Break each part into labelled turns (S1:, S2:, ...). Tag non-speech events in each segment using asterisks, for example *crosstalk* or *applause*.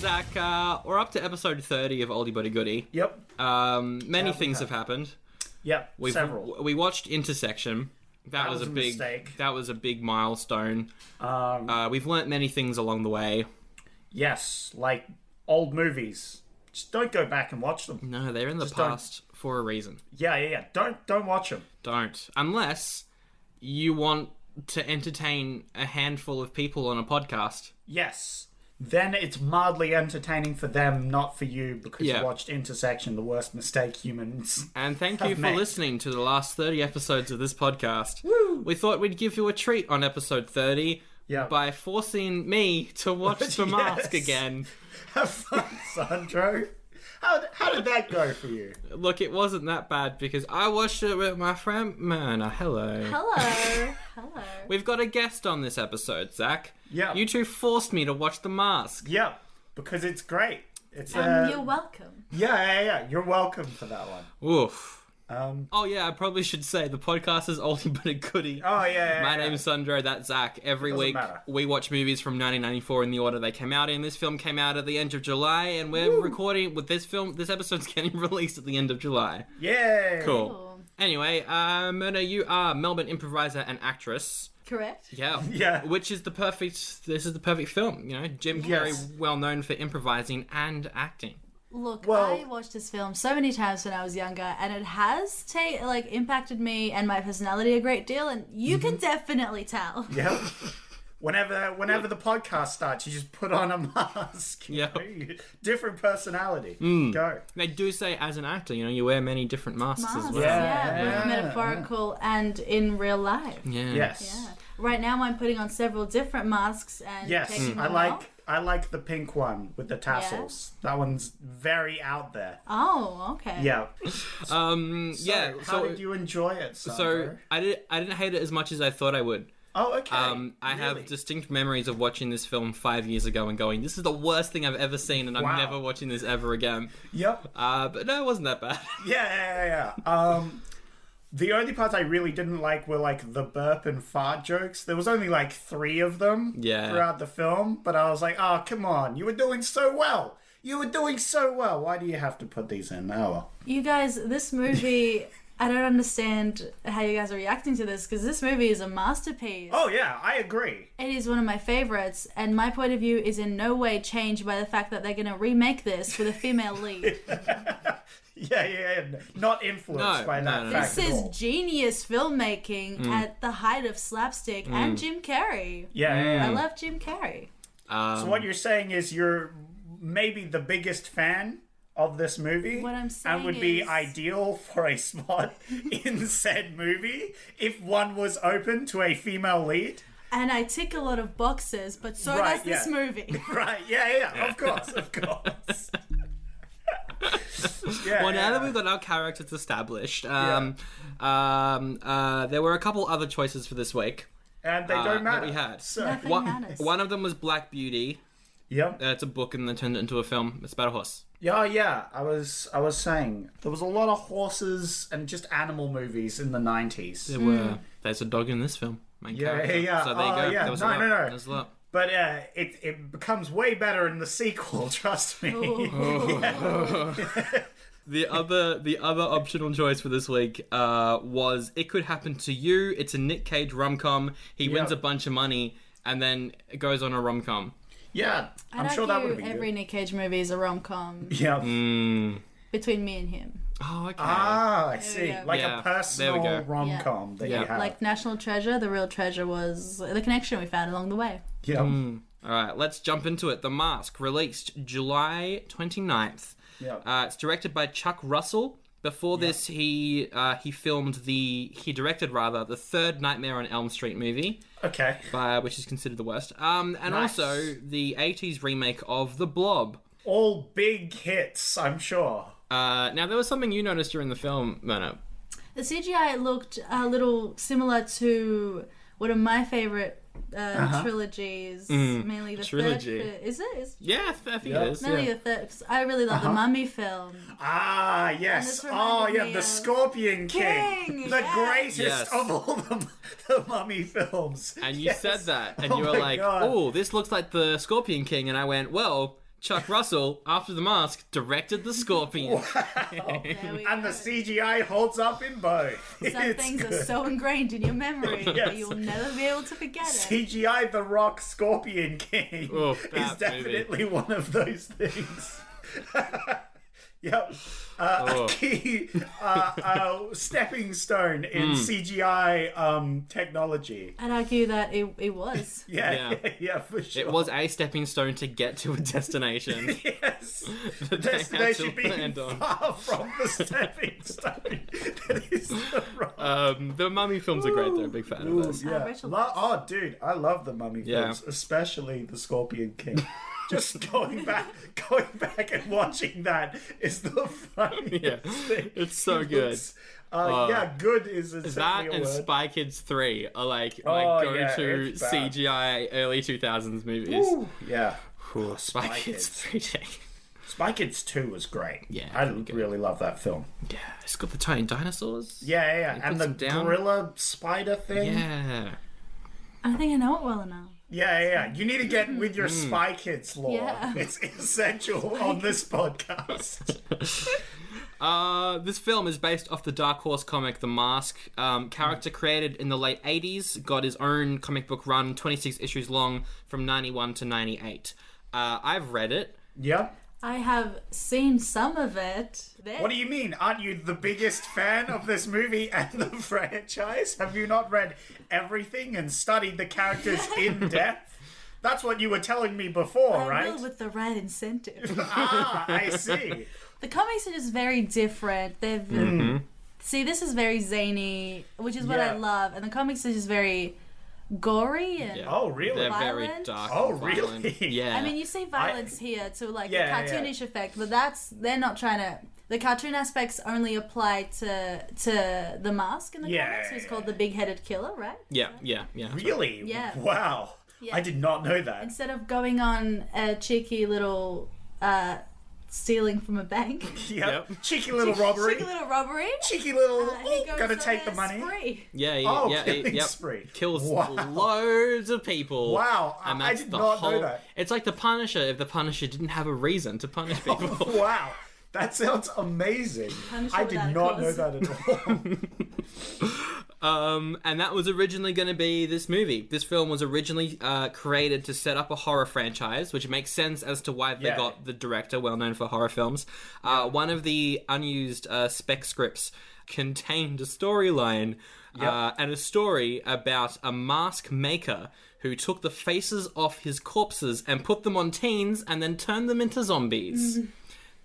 S1: Zach, uh, we're up to episode 30 of Oldie Buddy Goody.
S2: Yep.
S1: Um, many things have happened.
S2: Yep.
S1: We've,
S2: Several.
S1: We watched Intersection. That, was,
S2: was
S1: a
S2: a
S1: big.
S2: mistake.
S1: That was a big milestone.
S2: Um,
S1: Uh, we've learnt many things along the way.
S2: yes, like old movies. Just don't go back and watch them.
S1: No, they're in the
S2: don't-
S1: past for a reason.
S2: Yeah, yeah, yeah. Don't don't watch them.
S1: Don't. Unless you want to entertain a handful of people on a podcast.
S2: Yes. Then it's mildly entertaining for them, not for you, because
S1: Yeah.
S2: you watched Intersection, the worst mistake humans.
S1: *laughs* And thank
S2: Have
S1: you for
S2: met.
S1: listening to the last 30 episodes of this podcast. Woo! We thought we'd give you a treat on episode 30
S2: Yeah.
S1: by forcing me to
S2: *laughs*
S1: watch The Mask
S2: Yes.
S1: again.
S2: Have fun, Sandro. How, how did that go for you?
S1: Look, it wasn't that bad because I watched it with my friend Myrna. Hello.
S3: Hello. Hello.
S1: We've got a guest on this episode, Zach.
S2: Yeah.
S1: You two forced me to watch The Mask.
S2: Yeah, because it's great. It's
S3: And
S2: uh,
S3: Um, you're welcome.
S2: yeah, yeah, yeah. You're welcome for that one.
S1: Oof.
S2: Um,
S1: Oh, yeah, I probably should say the podcast is oldie *laughs* but a goodie.
S2: oh yeah, yeah,
S1: My
S2: yeah.
S1: name's Sandro, that's Zach. Every
S2: Doesn't
S1: week
S2: matter.
S1: we watch movies from 1994 in the order they came out in. This film came out at the end of July, and we're recording with this film. This episode's *laughs* getting released at the end of July.
S2: Yay.
S1: Cool.
S3: Cool.
S1: Anyway, uh, Myrna, you are Melbourne improviser and actress.
S3: Correct?
S1: Yeah.
S2: *laughs* Yeah.
S1: Which is the perfect. This is the perfect film. You know, Jim Carrey,
S2: Yes.
S1: well known for improvising and acting.
S3: Look,
S2: Well-
S3: I watched this film so many times when I was younger, and it has ta- like impacted me and my personality a great deal, and you can definitely tell.
S1: *laughs*
S2: Yep. Whenever, whenever the podcast starts, you just put on a *laughs* mask. you
S1: Yep.
S2: know, you- *laughs* Different personality.
S1: Hmm.
S2: Go.
S1: They do say, as an actor, you know, you wear many different masks, as
S3: Masks,
S1: well.
S3: yeah,
S2: Yeah.
S3: both metaphorical and in real life.
S1: Yeah.
S2: Yes.
S3: Yeah. Right now, I'm putting on several different masks and
S2: Yes,
S3: taking
S2: I
S3: them
S2: like
S3: off.
S2: I like the pink one with the tassels. That one's very out there.
S3: Oh, okay.
S2: Yeah.
S1: Um. yeah.
S2: So, how
S1: so.
S2: did you enjoy it,
S1: so
S2: Sandro?
S1: I did. I didn't hate it as much as I thought I would.
S2: Oh, okay.
S1: Um, I have
S2: Really?
S1: distinct memories of watching this film five years ago and going, "This is the worst thing I've ever seen, and I'm
S2: Wow.
S1: never watching this ever again."
S2: Yep.
S1: Uh, but no, it wasn't that bad. *laughs*
S2: Yeah, yeah, yeah, yeah. Um, the only parts I really didn't like were like the burp and fart jokes. There was only like three of them
S1: Yeah.
S2: throughout the film, but I was like, oh, come on, you were doing so well. You were doing so well. Why do you have to put these in? Oh, well.
S3: You guys, this movie, I don't understand how you guys are reacting to this because this movie is a masterpiece.
S2: Oh, yeah, I agree. *laughs*
S3: It is one of my favorites, and my point of view is in no way changed by the fact that they're going to remake this with a female
S2: *laughs*
S3: lead.
S2: Yeah, yeah, yeah. Not influenced
S1: No,
S2: by
S1: no,
S2: that
S1: no, no.
S2: fact
S3: this
S2: at
S3: is
S2: all.
S3: genius filmmaking at the height of slapstick and Jim Carrey.
S2: Yeah, yeah, yeah.
S3: I love Jim Carrey.
S1: Um,
S2: So what you're saying is you're maybe the biggest fan of this movie.
S3: What I'm
S2: and
S3: saying
S2: would be
S3: is-
S2: ideal for a
S3: *laughs*
S2: spot in said movie if one was open to a female lead.
S3: And I tick a lot of boxes, but so
S2: Right,
S3: does this
S2: yeah. *laughs*
S3: movie.
S2: Right? Yeah, yeah. yeah. Of course, of *laughs* course. yeah,
S1: well, now
S2: yeah.
S1: that we've got our characters established, um, um, uh, there were a couple other choices for this week.
S2: and they
S1: uh,
S2: don't matter.
S1: that we had.
S2: So,
S3: Nothing
S1: One,
S3: matters.
S1: one of them was Black Beauty.
S2: yep.
S1: Uh, it's a book and they turned it into a film. It's about a horse.
S2: Yeah, yeah. I was, I was saying there was a lot of horses and just animal movies in the nineties.
S1: There were. There's a dog in this film. Main
S2: Yeah,
S1: character.
S2: yeah,
S1: So there you
S2: oh,
S1: go.
S2: yeah.
S1: There was a
S2: No,
S1: lot.
S2: no, no.
S1: There was a lot.
S2: But uh, it it becomes way better in the sequel. *laughs* Trust me.
S1: *laughs* The other the other optional choice for this week uh, was "It Could Happen to You." It's a Nick Cage rom com. He wins a bunch of money and then goes on a rom com.
S2: Yeah,
S3: I
S2: I'm sure that would be
S3: every
S2: good.
S3: Nick Cage movie is a rom com
S2: Yeah.
S1: Mm.
S3: between me and him.
S1: Oh, okay.
S2: Ah, I see.
S3: go.
S2: Like
S1: Yeah,
S2: a
S1: there we
S2: personal
S1: go.
S2: rom com that
S1: Yeah.
S2: you have.
S3: Like National Treasure, the real treasure was the connection we found along the way.
S2: yeah.
S1: All right, let's jump into it. The Mask released July Uh, 29th.
S2: Yeah.
S1: Uh, it's directed by Chuck Russell, Before this, he uh, he filmed the he directed rather the third Nightmare on Elm Street movie,
S2: Okay.
S1: by, which is considered the worst. Um, and
S2: Nice.
S1: also the '80s remake of The Blob.
S2: All big hits, I'm sure.
S1: Uh, now there was something you noticed during the film, Myrna.
S3: The CGI looked a little similar to one of my favorite uh,
S2: Uh-huh.
S3: trilogies,
S2: Mm,
S3: mainly the
S1: Trilogy.
S3: third. Is it? Is,
S1: Yeah, I th- I think it is.
S3: mainly
S1: Yeah.
S3: the third. 'cause I really love the
S2: Uh-huh.
S3: Mummy film.
S2: *laughs* Ah, yes.
S3: this
S2: Oh,
S3: reminded
S2: yeah,
S3: me
S2: the
S3: of-
S2: Scorpion King.
S3: King,
S2: The
S3: yes.
S2: greatest
S1: Yes.
S2: of all the, the mummy films.
S1: And you
S2: Yes.
S1: said that,
S2: *laughs*
S1: and
S2: Oh
S1: you were
S2: my
S1: like,
S2: God.
S1: "Oh, this looks like the Scorpion King," and I went, "Well." Chuck Russell, after the mask, directed the
S2: *laughs*
S1: Scorpion.
S3: There we
S2: And the
S3: go.
S2: CGI holds up in both.
S3: Some
S2: It's
S3: things are
S2: good.
S3: so ingrained in your
S2: *laughs*
S3: memory that
S2: Yes.
S3: you'll never be able to forget it.
S2: CGI The Rock Scorpion King
S1: Oof,
S2: is
S1: Oh, that movie.
S2: definitely one of those things. *laughs* yep. Uh,
S1: Oh.
S2: A *laughs* key uh, uh, stepping stone in
S1: Hmm.
S2: CGI um, technology.
S3: I'd argue that it, it was.
S2: Yeah,
S1: Yeah.
S2: *laughs* yeah, for sure.
S1: It was a stepping stone to get to a destination. *laughs*
S2: Yes.
S1: they
S2: The
S1: had
S2: destination
S1: to
S2: being
S1: land on.
S2: far from the stepping stone. *laughs* that
S1: *laughs*
S2: is the rock.
S1: um, the mummy films are great. They're a big fan of
S2: Ooh,
S1: those.
S2: yeah.
S3: Rachel
S2: Lo- oh, dude, I love the mummy
S1: Yeah.
S2: films, especially the Scorpion King.
S1: *laughs*
S2: Just going back, going back and watching that is the funniest *laughs*
S1: Yeah.
S2: thing.
S1: It's so
S2: It
S1: good.
S2: looks- uh, yeah, good is exactly
S1: That
S2: a
S1: and
S2: word.
S1: Spy Kids 3 are like
S2: Oh,
S1: my go
S2: yeah,
S1: to
S2: it's bad.
S1: CGI early 2000s movies.
S2: Ooh, yeah.
S1: Cool. Spy,
S2: Spy
S1: Kids
S2: Kids.
S1: 3 take.
S2: Spy Kids Two was great.
S1: Yeah,
S2: I
S1: pretty good.
S2: really love that film.
S1: *laughs* Yeah, it's got the tiny dinosaurs.
S2: Yeah, yeah, yeah. and
S1: puts
S2: the
S1: them down.
S2: gorilla spider thing.
S1: Yeah.
S3: I think I know it well enough.
S2: Yeah, yeah, yeah. You need to
S1: Mm-hmm.
S2: get with your
S1: Mm.
S2: Spy Kids lore.
S3: Yeah.
S2: It's essential on this
S1: *laughs*
S2: podcast.
S1: Uh, this film is based off the Dark Horse comic The Mask. Um, character created in the late 80s, got his own comic book run, 26 issues long, from 91 to 98. Uh, I've read it.
S2: yeah.
S3: I have seen some of it. There.
S2: What do you mean? Aren't you the biggest fan of this movie and the *laughs* franchise? Have you not read everything and studied the characters
S3: *laughs*
S2: in depth? That's what you were telling me before,
S3: I
S2: right?
S3: will with the right incentive.
S2: Ah, I
S3: *laughs*
S2: see.
S3: the comics are just very different. They've
S1: Mm-hmm.
S3: see this is very zany, which is what
S2: Yeah.
S3: I love, and the comics are just very gory and.
S1: Yeah.
S2: Oh, really?
S1: They're very
S3: Violent?
S1: dark.
S2: Oh,
S1: and violent.
S2: really?
S1: Yeah.
S3: I mean, you see violence here to like
S2: Yeah,
S3: the
S2: yeah,
S3: cartoonish effect, but that's they're not trying to. The cartoon aspects only apply to to the mask in the
S2: Yeah,
S3: comics, who's
S2: yeah,
S3: called the big-headed killer, right?
S1: yeah, yeah, yeah.
S2: Really?
S3: Yeah.
S2: Wow. I did not know that.
S3: Instead of going on a cheeky little uh, stealing from a
S2: *laughs*
S3: bank,
S2: Yep.
S1: Yep.
S2: Cheeky little robbery.
S3: cheeky little robbery.
S2: Cheeky little.
S3: Uh, he
S2: ooh,
S3: goes
S2: gonna
S3: on
S2: take
S3: a
S2: the money.
S3: spree.
S1: Yeah, yeah,
S2: Oh,
S1: yeah.
S2: killing
S1: it- yep.
S2: spree.
S1: Kills
S2: Wow.
S1: loads of people.
S2: Wow, I- I did not know that.
S1: It's like the Punisher. If the Punisher didn't have a reason to
S2: *laughs*
S1: punish people,
S2: Wow. That sounds amazing.
S3: Punisher
S2: I did
S3: without a
S2: not know
S3: cause.
S2: that at all. *laughs*
S1: um, and that was originally going to be this movie. This film was originally uh, created to set up a horror franchise, which makes sense as to why they
S2: Yeah.
S1: got the director, well known for horror films. Uh, one of the unused uh, spec scripts contained a storyline uh, and a story about a mask maker who took the faces off his corpses and put them on teens and then turned them into zombies.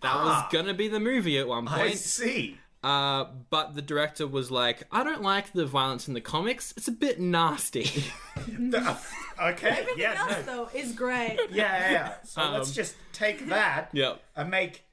S1: That was gonna be the movie at one
S2: Mm-hmm. Ah. I
S1: point.
S2: see.
S1: Uh, but the director was like, I don't like the violence in the comics. It's a bit
S2: *laughs*
S1: nasty.
S2: uh, Okay. Yeah.
S3: Everything
S2: no.
S3: else though is
S2: *laughs*
S3: great.
S2: Yeah, yeah, yeah. So
S1: Um,
S2: let's just take that
S1: yep.
S2: and make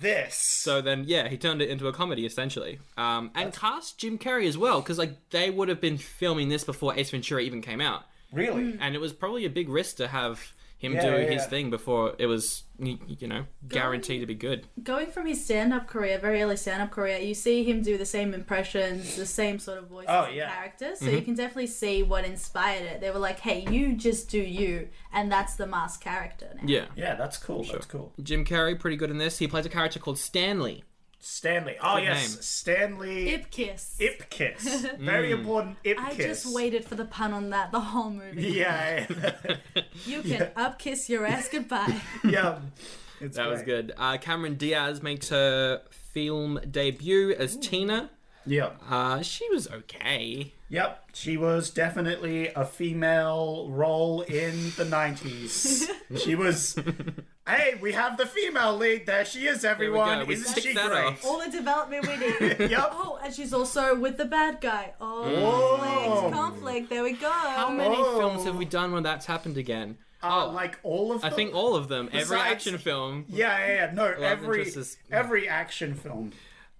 S2: this. So
S1: So then, yeah, he turned it into a comedy essentially, um, and cast Jim Carrey as well because like they would have been filming this before Ace Ventura even came out,
S2: really,
S3: Hmm.
S1: and it was probably a big risk to have him
S2: Yeah,
S1: do
S2: yeah,
S1: his
S2: yeah.
S1: thing before it was y- you know guaranteed to be good.
S3: Going from his stand-up career, very early stand-up career, you see him do the same impressions, the same sort of voices
S2: Oh,
S3: and
S2: yeah.
S3: characters. So you can definitely see what inspired it. They were like, "Hey, you just do you," and that's the mask character. Now.
S1: Yeah,
S2: yeah, that's cool. That's cool.
S1: Jim Carrey pretty good in this. He plays a character called Stanley.
S2: Stanley. Oh
S1: Good
S2: yes,
S1: name. Hmm.
S2: Stanley
S3: Ip kiss. *laughs*
S2: Ipkiss. *laughs* Very important Ipkiss.
S3: I just waited for the pun on that the whole movie.
S2: *laughs* Yeah, yeah, *laughs*
S3: You can up kiss your ass goodbye.
S2: yeah. It's
S1: That was
S2: great.
S1: good. Uh, Cameron Diaz makes her film debut as Tina.
S2: Yeah.
S1: Uh, she was okay.
S2: Yep, she was definitely a female role in the
S3: *laughs*
S2: 90s. she was, hey, we have the female lead. There she is,
S1: we go.
S2: everyone.
S1: We
S2: Isn't
S1: ticked
S2: she
S1: that
S2: great?
S1: off.
S3: All the development
S2: *laughs*
S3: we need. *laughs*
S2: Yep.
S3: Oh, and she's also with the bad guy. Oh,
S2: Whoa.
S3: conflict, conflict. There we go.
S1: How many
S2: Oh.
S1: films have we done when that's happened again? Oh,
S2: Uh, like all of
S1: I
S2: them?
S1: think all of them. Every
S2: Besides-
S1: action film.
S2: Yeah, yeah, yeah. No, every
S1: Interest is-
S2: every action film.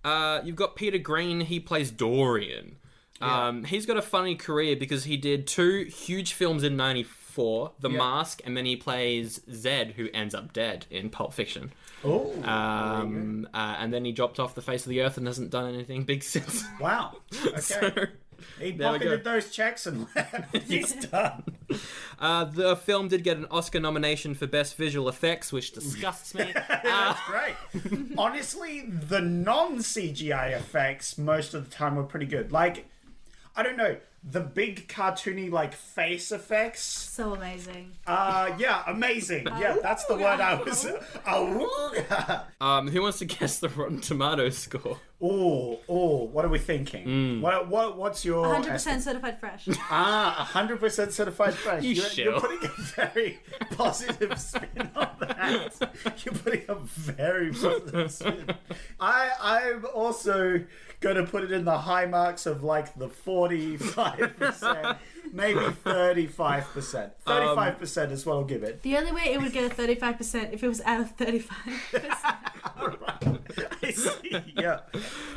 S1: Uh, you've got Peter Green. He plays Dorian. Um, he's got a funny career because he did two huge films in '94, The Mask, and then he plays Zed, who ends up dead in Pulp Fiction.
S2: Oh,
S1: Um, uh, and then he dropped off the face of the earth and hasn't done anything big *laughs* since.
S2: wow.
S1: *laughs*
S2: Okay.
S1: So,
S2: he
S1: Uh, there we go.
S2: pocketed those checks and *laughs* left. He's done.
S1: uh, the film did get an Oscar nomination for Best Visual Effects, which disgusts
S2: *laughs*
S1: me. Uh, *laughs*
S2: Great. Honestly, the non CGI effects most of the time were pretty good. Like, I don't know, the big cartoony like face effects.
S3: So amazing.
S2: Uh, yeah, amazing. Yeah, that's the word I was. Oh,
S1: um, who wants to guess the Rotten Tomatoes score?
S2: *laughs* oh, oh. What are we thinking?
S1: Mm.
S2: What, what, what's your
S3: 100%
S2: estimate?
S3: certified fresh.
S2: Ah, hundred percent certified fresh. You are
S1: shill.
S2: you're putting a very *laughs* positive spin on that. You're putting a very positive spin. I I'm also going to put it in the high marks of like the forty five percent, maybe thirty five percent.
S1: Um,
S2: Thirty five percent is what I'll give it. *laughs*
S3: the only way it would get a 35% if it was out
S2: *laughs*
S3: of 35.
S2: I see. Yeah,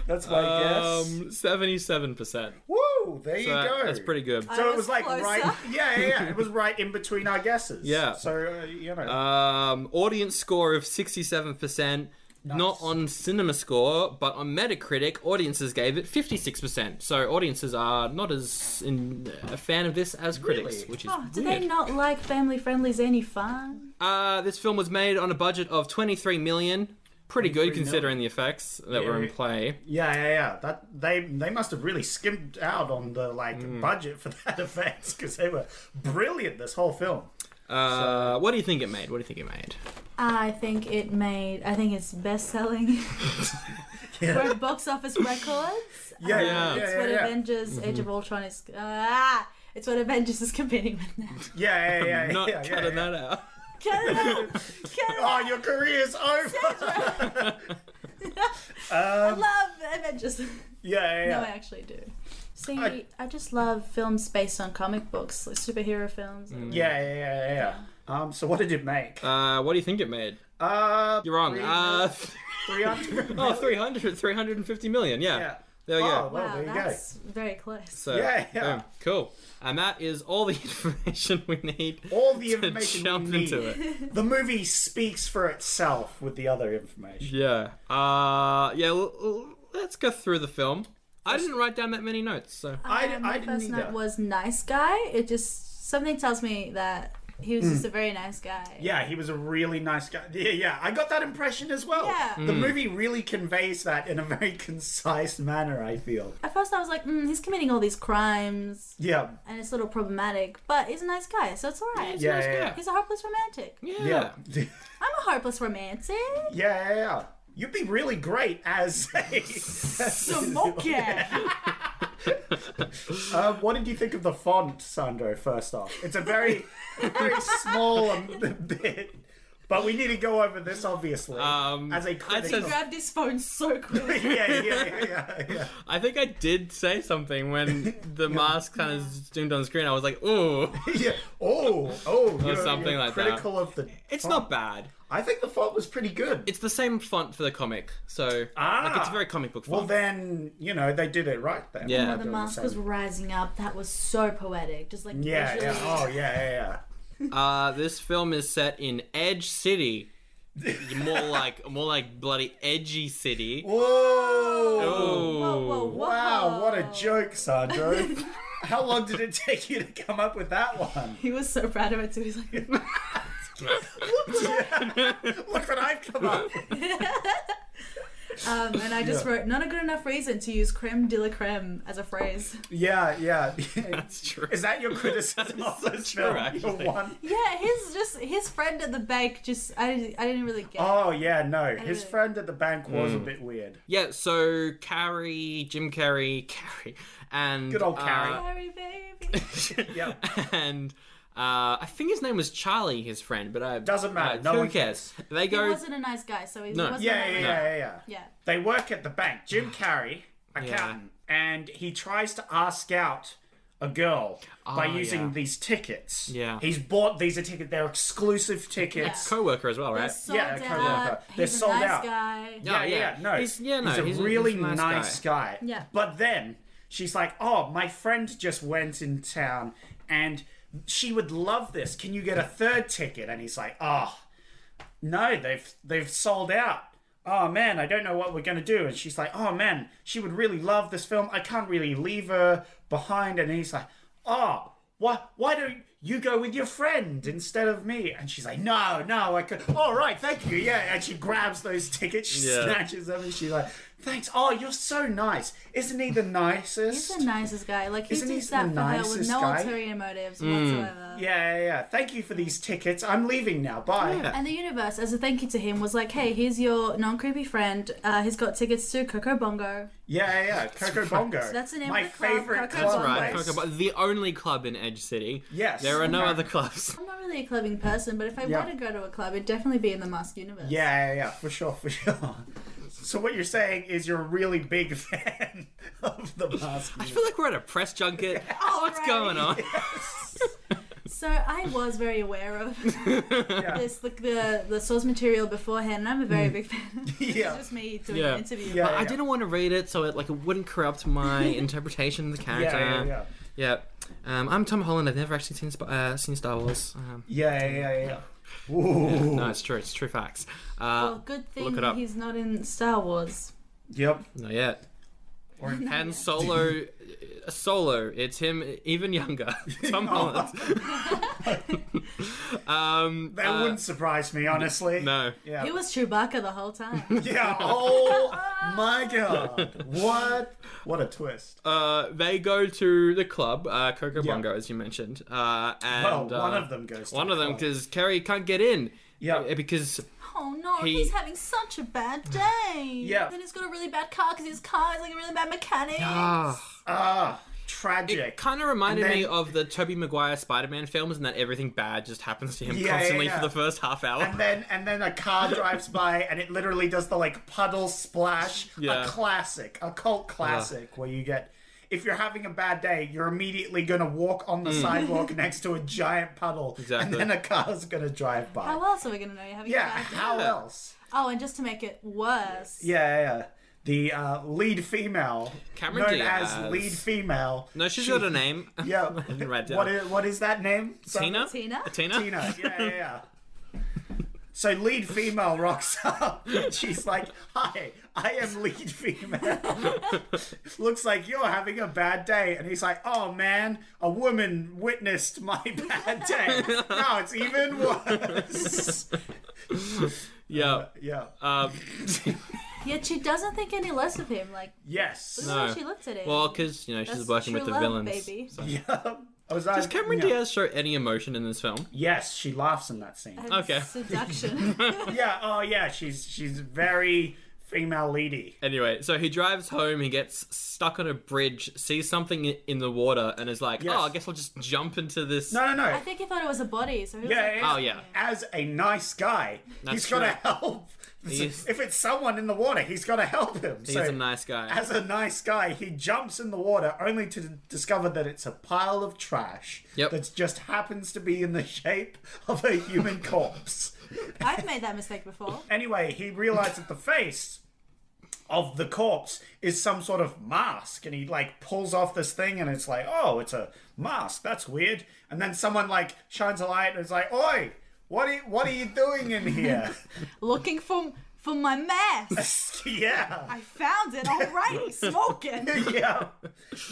S2: that's my guess.
S1: Um, seventy-seven percent.
S2: Woo! There you
S1: That-
S2: go.
S1: That's pretty good.
S2: So it
S3: was
S2: was like
S3: closer.
S2: right, yeah, yeah, yeah. It was right in between our guesses.
S1: *laughs* Yeah.
S2: So uh, you know.
S1: Um, audience score of 67%. Not on cinema score, but on Metacritic, audiences gave it 56%. So audiences are not as in, a fan of this as critics,
S2: Really?
S1: which is
S3: oh, do
S1: weird.
S3: they not like family friendly zany fun?
S1: Uh, this film was made on a budget of 23 million. Pretty good
S2: 23
S1: considering the effects that were in play.
S2: Yeah, yeah, yeah. That they they must have really skimped out on the like
S1: Mm.
S2: budget for that *laughs* effects because they were brilliant this whole film.
S1: Uh, what do you think it made? What do you think it
S2: *laughs*
S1: made?
S3: I think it made. I think it's best
S2: *laughs*
S3: selling. We're at box office records. Um,
S2: Yeah, yeah, yeah,
S3: It's
S2: yeah, yeah,
S3: what
S2: Mm-hmm. yeah,
S3: Avengers: Age of Ultron is. Ah, it's what Avengers is competing
S2: *laughs*
S3: with now.
S2: yeah, yeah, yeah,
S1: Not
S2: yeah,
S1: cutting
S2: yeah.
S1: that out.
S3: Cut it out! Cut it
S2: Oh,
S3: out!
S2: your career's over. *laughs* Um,
S3: I love Avengers. *laughs*
S2: Yeah, Oh, yeah, yeah.
S3: No, I actually do. See, I,
S2: I-
S3: just love films based on comic books, like superhero films.
S2: Mm. yeah, yeah, yeah, yeah, yeah. Um, so what did it make?
S1: Uh, what do you think it made?
S2: Uh,
S1: You're wrong.
S2: three-
S1: Uh, *laughs*
S2: three hundred.
S1: oh, 300, 350 million. Yeah.
S2: Yeah.
S1: There we go.
S2: Oh, well,
S3: Wow,
S2: there you go.
S3: that's very close.
S1: So,
S2: Yeah, yeah.
S1: boom. cool. And that is all the *laughs* information we need.
S2: *laughs* All the
S1: to
S2: information
S1: jump
S2: we need.
S1: into it.
S2: The movie speaks for itself with the other information.
S1: Yeah. Uh, yeah. L- l- let's go through the film. I didn't write down that many notes, so
S2: I,
S3: Um,
S2: I
S3: my
S2: didn't
S3: first
S2: either.
S3: note was nice guy. It just something tells me that he was just a very nice guy.
S2: Mm. Yeah, he was a really nice guy. Yeah, yeah, I got that impression as well.
S3: Yeah.
S1: Mm.
S2: The movie really conveys that in a very *laughs* concise manner, I feel.
S3: At first, I was like, mm, he's committing all these crimes
S2: Yeah.
S3: and it's a little problematic, but he's a nice guy, so it's alright.
S2: Yeah, yeah, yeah.
S3: He's a hopeless romantic.
S1: yeah.
S2: Yeah. *laughs* Yeah,
S3: I'm a hopeless romantic.
S2: yeah, yeah. You'd be really great as a. *laughs*
S3: Smoking.
S2: Um, what did you think of the font, Sandro, first off? It's a very,
S3: *laughs*
S2: very small um, *laughs* bit. But we need to go over this, obviously.
S1: Um,
S2: as a
S1: I'd
S2: critic.
S1: say-
S2: of-
S3: Grabbed his phone so quick.
S2: *laughs* yeah, yeah, yeah, yeah,
S1: *laughs*
S2: yeah.
S1: I think I did say something
S2: *laughs*
S1: when the mask kind of zoomed on screen. I was like, "Ooh,
S2: yeah. Oh, oh. Or
S1: something like that.
S2: critical that. of the.
S1: it's not bad.
S2: I think the font was pretty good.
S1: It's the same font for the comic, so like it's a very comic book font."
S2: Ah. Well, then you know they did it right then.
S1: Yeah.
S2: Why
S3: the
S2: do it
S3: mask
S2: same?
S3: was rising up. That was so poetic. Just like
S2: Yeah, yeah.
S3: visually.
S2: Oh, yeah, yeah, yeah.
S1: Uh, this film is set in Edge City.
S2: *laughs*
S1: more like more like bloody edgy city.
S2: Whoa!
S1: Ooh.
S3: Whoa, whoa, whoa.
S2: Wow, what a joke,
S3: *laughs*
S2: Sandro. How long did it take you to come up with that
S3: *laughs*
S2: one?
S3: He was so proud of it too. He's like,
S2: Look what I've come up with.
S3: Um, and I just wrote, not a good enough reason to use creme de la creme as a phrase.
S2: Yeah, yeah.
S1: That's true.
S2: Is that your criticism of this
S1: true,
S2: film?
S1: actually.
S2: Your one?
S3: Yeah, his just his friend at the bank just I, I didn't really get.
S2: Oh yeah, no. His
S3: really-
S2: friend at the bank was
S1: Mm.
S2: a bit weird.
S1: Yeah, so Carrie, Jim Carrey, Carrie, and
S2: Good old Carrie.
S3: Sorry, baby.
S2: Yeah.
S1: *laughs* and uh, I think his name was Charlie, his friend, but I
S2: Doesn't matter,
S1: uh,
S2: no
S1: who
S2: one
S1: cares? They
S3: he
S1: go.
S3: wasn't a nice guy, so he
S1: No.
S3: wasn't.
S2: Yeah,
S3: a
S2: yeah, yeah,
S3: nice guy.
S2: yeah, yeah.
S3: yeah.
S2: They work at the bank.
S1: *sighs*
S2: Jim Carrey, accountant, and he tries to ask out a girl by
S1: Oh,
S2: using
S1: yeah.
S2: these tickets.
S1: Yeah. Oh,
S2: He's bought these are tickets. They're exclusive tickets.
S1: Co-worker as well, right?
S3: They're sold
S2: Yeah, they're covered
S3: out.
S2: up. They're
S3: He's a
S2: sold
S3: nice
S2: out.
S3: guy.
S1: Yeah,
S2: yeah, yeah,
S1: yeah.
S2: no.
S1: He's- yeah, no,
S2: he's a
S1: he's a-
S2: really
S1: he's a nice
S2: nice, guy.
S3: Yeah.
S2: But then she's like, "Oh, my friend just went in town, and she would love this. Can you get a third ticket?" And he's like, "Oh, no, they've they've sold out." Oh man, I don't know what we're gonna do. And she's like, "Oh man, she would really love this film. I can't really leave her behind." And he's like, "Oh, why why don't you go with your friend instead of me?" And she's like, "No, no, I could. All right, thank you. Yeah." And she grabs those tickets, she
S1: Yeah.
S2: snatches them, and she's like, "Thanks. Oh, you're so nice. Isn't he the nicest?"
S3: He's the nicest guy. Like he
S2: Isn't he
S3: did that
S2: the
S3: for her with
S2: nicest
S3: no
S2: guy?
S3: ulterior motives
S1: Hmm.
S3: whatsoever.
S2: yeah, yeah, yeah. Thank you for these tickets. I'm leaving now. Bye.
S1: Yeah.
S3: And the universe, as a thank you to him, was like, "Hey, here's your non-creepy friend. Uh, he's got tickets to Coco Bongo."
S2: Yeah, yeah, yeah. Coco Bongo.
S3: that's the name
S2: My
S3: of the club,
S2: favorite
S3: Coco
S2: club
S3: Bongo.
S1: Right,
S2: place.
S1: Coco Bo- the only club in Edge City.
S2: Yes.
S1: there are no other clubs. *laughs*
S3: I'm not really a clubbing person, but if I
S2: Yeah.
S3: were to go to a club, it'd definitely be in the Mask universe.
S2: Yeah, yeah, yeah, for sure, for sure. *laughs* So what you're saying is you're a really big *laughs* fan of the mask.
S1: *laughs* I feel like we're at a press
S3: *laughs*
S1: junket. oh, what's
S3: Alright.
S1: going on?
S3: So I was very aware of
S2: *laughs*
S3: this, the, the the source material beforehand, and I'm a very big
S2: *laughs*
S3: fan.
S2: Mm. Yeah.
S3: it's just me doing
S1: Yeah. Uh,
S3: an interview.
S2: Yeah,
S1: But I
S2: yeah.
S1: didn't want to read it, so it like it wouldn't corrupt my *laughs* interpretation of the
S2: Yeah,
S1: character.
S2: yeah, yeah,
S1: Yeah. Um, I'm Tom Holland. I've never actually seen Sp- uh, seen Star Wars. Um,
S2: yeah, yeah, yeah. yeah. Ooh.
S1: no, it's true. It's true facts. Uh,
S3: Well, good
S1: Look
S3: thing
S1: it up.
S3: he's not in Star Wars.
S2: Yep.
S1: not yet.
S2: *laughs*
S1: *laughs* and Solo, uh, Solo. It's him, even younger. *laughs* Tom Holland. *laughs*
S2: *laughs*
S1: um,
S2: That wouldn't surprise me, honestly.
S1: no.
S2: Yeah.
S3: He was Chewbacca the whole time.
S1: *laughs*
S2: Yeah. Oh my god. What? What a twist.
S1: Uh, they go to the club, uh, Coco
S2: Yeah.
S1: Bongo, as you mentioned. Uh,
S2: Well,
S1: and
S2: Oh, one
S1: uh,
S2: of them goes. To
S1: one
S2: the
S1: of them,
S2: club.
S1: because Kerry can't get in.
S2: Yeah.
S1: Uh, Because
S3: Oh no,
S1: He-
S3: he's having such a
S1: *sighs*
S3: bad day.
S2: Yeah.
S3: Then he's got a really bad car because his car is like a really bad mechanic.
S1: ah,
S2: Ah, tragic.
S1: kind of reminded
S2: And then-
S1: me of the Tobey Maguire Spider-Man films, and that everything bad just happens to him
S2: Yeah, yeah,
S1: constantly
S2: yeah.
S1: for the first half hour.
S2: And then and then a car drives by and it literally does the like puddle splash.
S1: Yeah. Uh-huh.
S2: A classic, a cult classic where you get if you're having a bad day, you're immediately gonna walk on the sidewalk next to a giant puddle.
S1: Mm. Exactly.
S2: And then a car's gonna drive by.
S3: How else are we gonna know you're having
S2: yeah,
S3: a bad day?
S2: how else?
S3: Oh, and just to make it worse,
S2: Yeah, yeah, yeah. The uh, lead female
S1: Cameron
S2: known
S1: Diaz.
S2: as lead female.
S1: no, she's got a name.
S2: *laughs*
S1: *laughs*
S2: Yeah.
S1: didn't write down.
S2: What is what is that name? So-
S1: Tina?
S3: Tina?
S1: Tina?
S2: Tina, yeah, yeah, yeah. So lead female rocks up. *laughs* and She's like, "Hi, I am lead female." *laughs* Looks like you're having a bad day, and he's like, "Oh man, a woman witnessed my *laughs* bad day. Now it's even worse." *laughs*
S1: Yeah.
S2: Yeah.
S1: Um,
S3: Yet she doesn't think any less of him. Like
S2: yes.
S3: this is how
S1: No.
S3: she looked at him.
S1: well, because, you know, she's
S3: That's
S1: working with
S3: true
S1: the
S3: love,
S1: villains.
S3: baby.
S1: so.
S2: Yeah. I was like,
S1: Does Cameron
S2: yeah.
S1: Diaz show any emotion in this film?
S2: Yes, she laughs in that scene.
S3: And
S1: okay. *laughs*
S3: Seduction.
S2: yeah. Oh yeah. She's she's very female leady.
S1: Anyway, so he drives home, he gets stuck on a bridge, sees something i- in the water, and is like,
S2: Yes.
S1: oh, I guess I'll just jump into this.
S2: No, no, no.
S3: I think he thought it was a body, so he was
S2: Yeah,
S3: like,
S2: yeah,
S1: Oh, yeah.
S2: As a nice guy, he's
S1: That's
S2: got to
S1: true.
S2: help. *laughs*
S1: He's-
S2: If it's someone in the water, he's got to help him.
S1: He's a nice guy.
S2: As a nice guy, he jumps in the water only to discover that it's a pile of trash
S1: Yep.
S2: that just happens to be in the shape of a human *laughs* corpse.
S3: I've made that mistake before.
S2: Anyway, he realized that the face of the corpse is some sort of mask and he like pulls off this thing and it's like oh it's a mask that's weird and then someone like shines a light and it's like oi what are you, what are you doing
S1: *laughs*
S2: in here *laughs*
S3: Looking for for my mask.
S2: yeah
S3: I found it. All right, smoking.
S2: yeah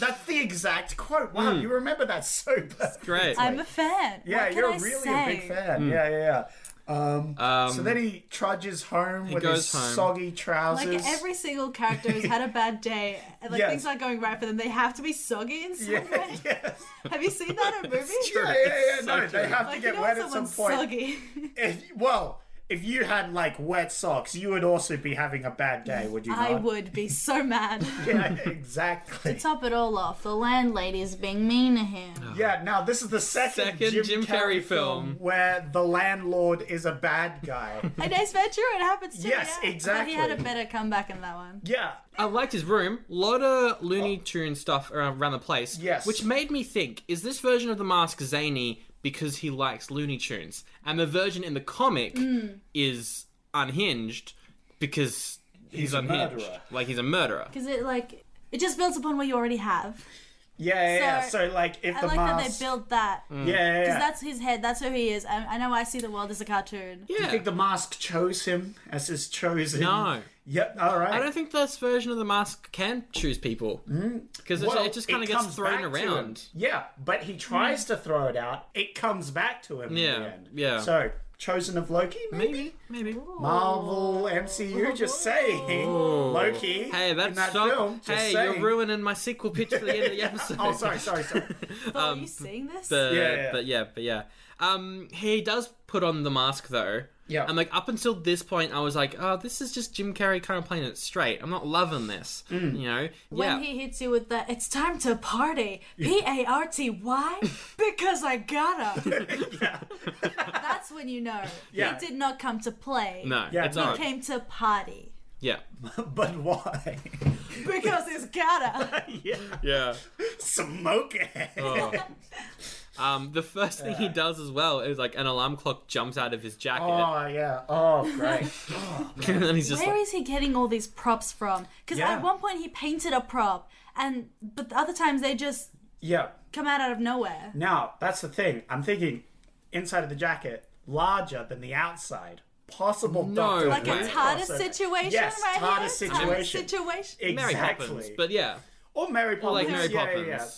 S2: that's the exact quote wow
S1: Hmm.
S2: you remember that so perfectly.
S1: Great.
S3: I'm a fan.
S2: *laughs* yeah
S3: What can
S2: you're
S3: I
S2: really
S3: say?
S1: Hmm.
S2: a big fan yeah yeah yeah so then he trudges home with his
S1: Um, goes home.
S2: soggy trousers.
S3: Like every single character has had a bad day, and like
S2: Yes.
S3: things aren't going right for them. They have to be soggy in some way.
S2: *laughs* yes.
S3: Have you seen that
S2: *laughs*
S3: in movies?
S2: Yeah, yeah, yeah.
S1: It's
S2: no,
S1: so
S2: they
S1: true.
S2: have to
S3: Like you
S2: get
S3: know
S2: wet
S3: when
S2: at some
S3: someone's
S2: point.
S3: soggy.
S2: *laughs* If, well, if you had like wet socks, you would also be having a bad day, would you not?
S3: I would be so
S2: *laughs*
S3: mad.
S2: Yeah, exactly.
S3: Top it all off, the landlady's being mean to him.
S2: Yeah, now this is the second,
S1: Second
S2: Jim,
S1: Jim
S2: Carrey,
S1: Carrey
S2: film,
S1: film.
S2: where the landlord is a bad
S1: *laughs*
S2: guy.
S3: In Ace Ventura, it happens to
S2: Yes,
S3: yeah.
S2: exactly.
S3: But he had a better comeback in that one.
S2: yeah.
S1: I liked his room. Lot of Looney Tune stuff around, around the place.
S2: Oh. Yes.
S1: Which made me think: Is this version of the mask zany because he likes Looney Tunes, and the version in the comic
S2: Hmm.
S1: is unhinged because he's,
S2: a
S1: unhinged,
S2: murderer.
S1: like he's a murderer.
S3: Because it like it just builds upon what you already have.
S2: Yeah, yeah, yeah. So,
S3: So,
S2: like, if
S3: I
S2: the
S3: like that
S2: mask. Hmm.
S3: they built that.
S2: yeah, yeah, yeah.
S3: Because that's his head. That's who he is. I, I know. I see the world as a cartoon.
S1: Yeah.
S2: I think the mask chose him as his chosen.
S1: No.
S2: Yep. All right.
S1: I don't think this version of the mask can choose people because
S2: Hmm. Well,
S1: it just kind of
S2: comes
S1: gets thrown
S2: back to him.
S1: around. Hmm.
S2: Yeah, but he tries to throw it out. It comes back to him.
S1: Yeah,
S2: In the end.
S1: yeah.
S2: So, chosen of Loki, maybe.
S1: Maybe, maybe.
S2: Marvel MCU, just saying Loki.
S1: Oh. Hey,
S2: in
S1: that's
S2: that
S1: so.
S2: film. Just
S1: hey,
S2: saying.
S1: you're ruining my sequel pitch for the end of the episode.
S2: *laughs* Oh, sorry, sorry, sorry.
S1: *laughs*
S3: But are you seeing this?
S1: But
S2: Yeah,
S1: yeah,
S2: yeah.
S1: but yeah, but yeah. Um, he does put on the mask though.
S2: Yeah.
S1: And like up until this point, I was like, oh, this is just Jim Carrey kind of playing it straight. I'm not loving this.
S2: Mm.
S1: You know? yeah.
S3: when he hits you with the "It's time to party," P A R T Y, because I gotta. That's when you know
S2: Yeah.
S3: he did not come to play.
S1: no.
S2: Yeah,
S1: it's
S2: no.
S1: not.
S3: he came to party
S1: Yeah.
S2: but why? *laughs*
S3: because he's gotta.
S2: yeah.
S1: Yeah.
S2: Smoke it.
S1: *laughs* Oh. Um, the first thing he does as well is like an alarm clock jumps out of his jacket,
S2: *laughs* Oh yeah. Oh great.
S1: *laughs* and then he's just
S3: Where
S1: like,
S3: is he getting all these props from? Because
S2: Yeah.
S3: at one point he painted a prop, and but the other times they just
S2: yeah.
S3: come out out of nowhere.
S2: Now that's the thing. I'm thinking inside of the jacket larger than the outside. Possible.
S1: No
S2: Doctor
S3: Like
S1: way.
S3: a
S2: Who
S3: TARDIS
S2: crossover.
S3: situation,
S2: Yes,
S3: right
S2: TARDIS
S3: here.
S2: situation.
S3: TARDIS situation.
S1: Mary
S2: Exactly.
S1: Poppins. But yeah,
S2: or Mary
S1: like
S2: Poppins.
S1: Mary
S2: yeah,
S1: Poppins
S2: Yeah, yeah.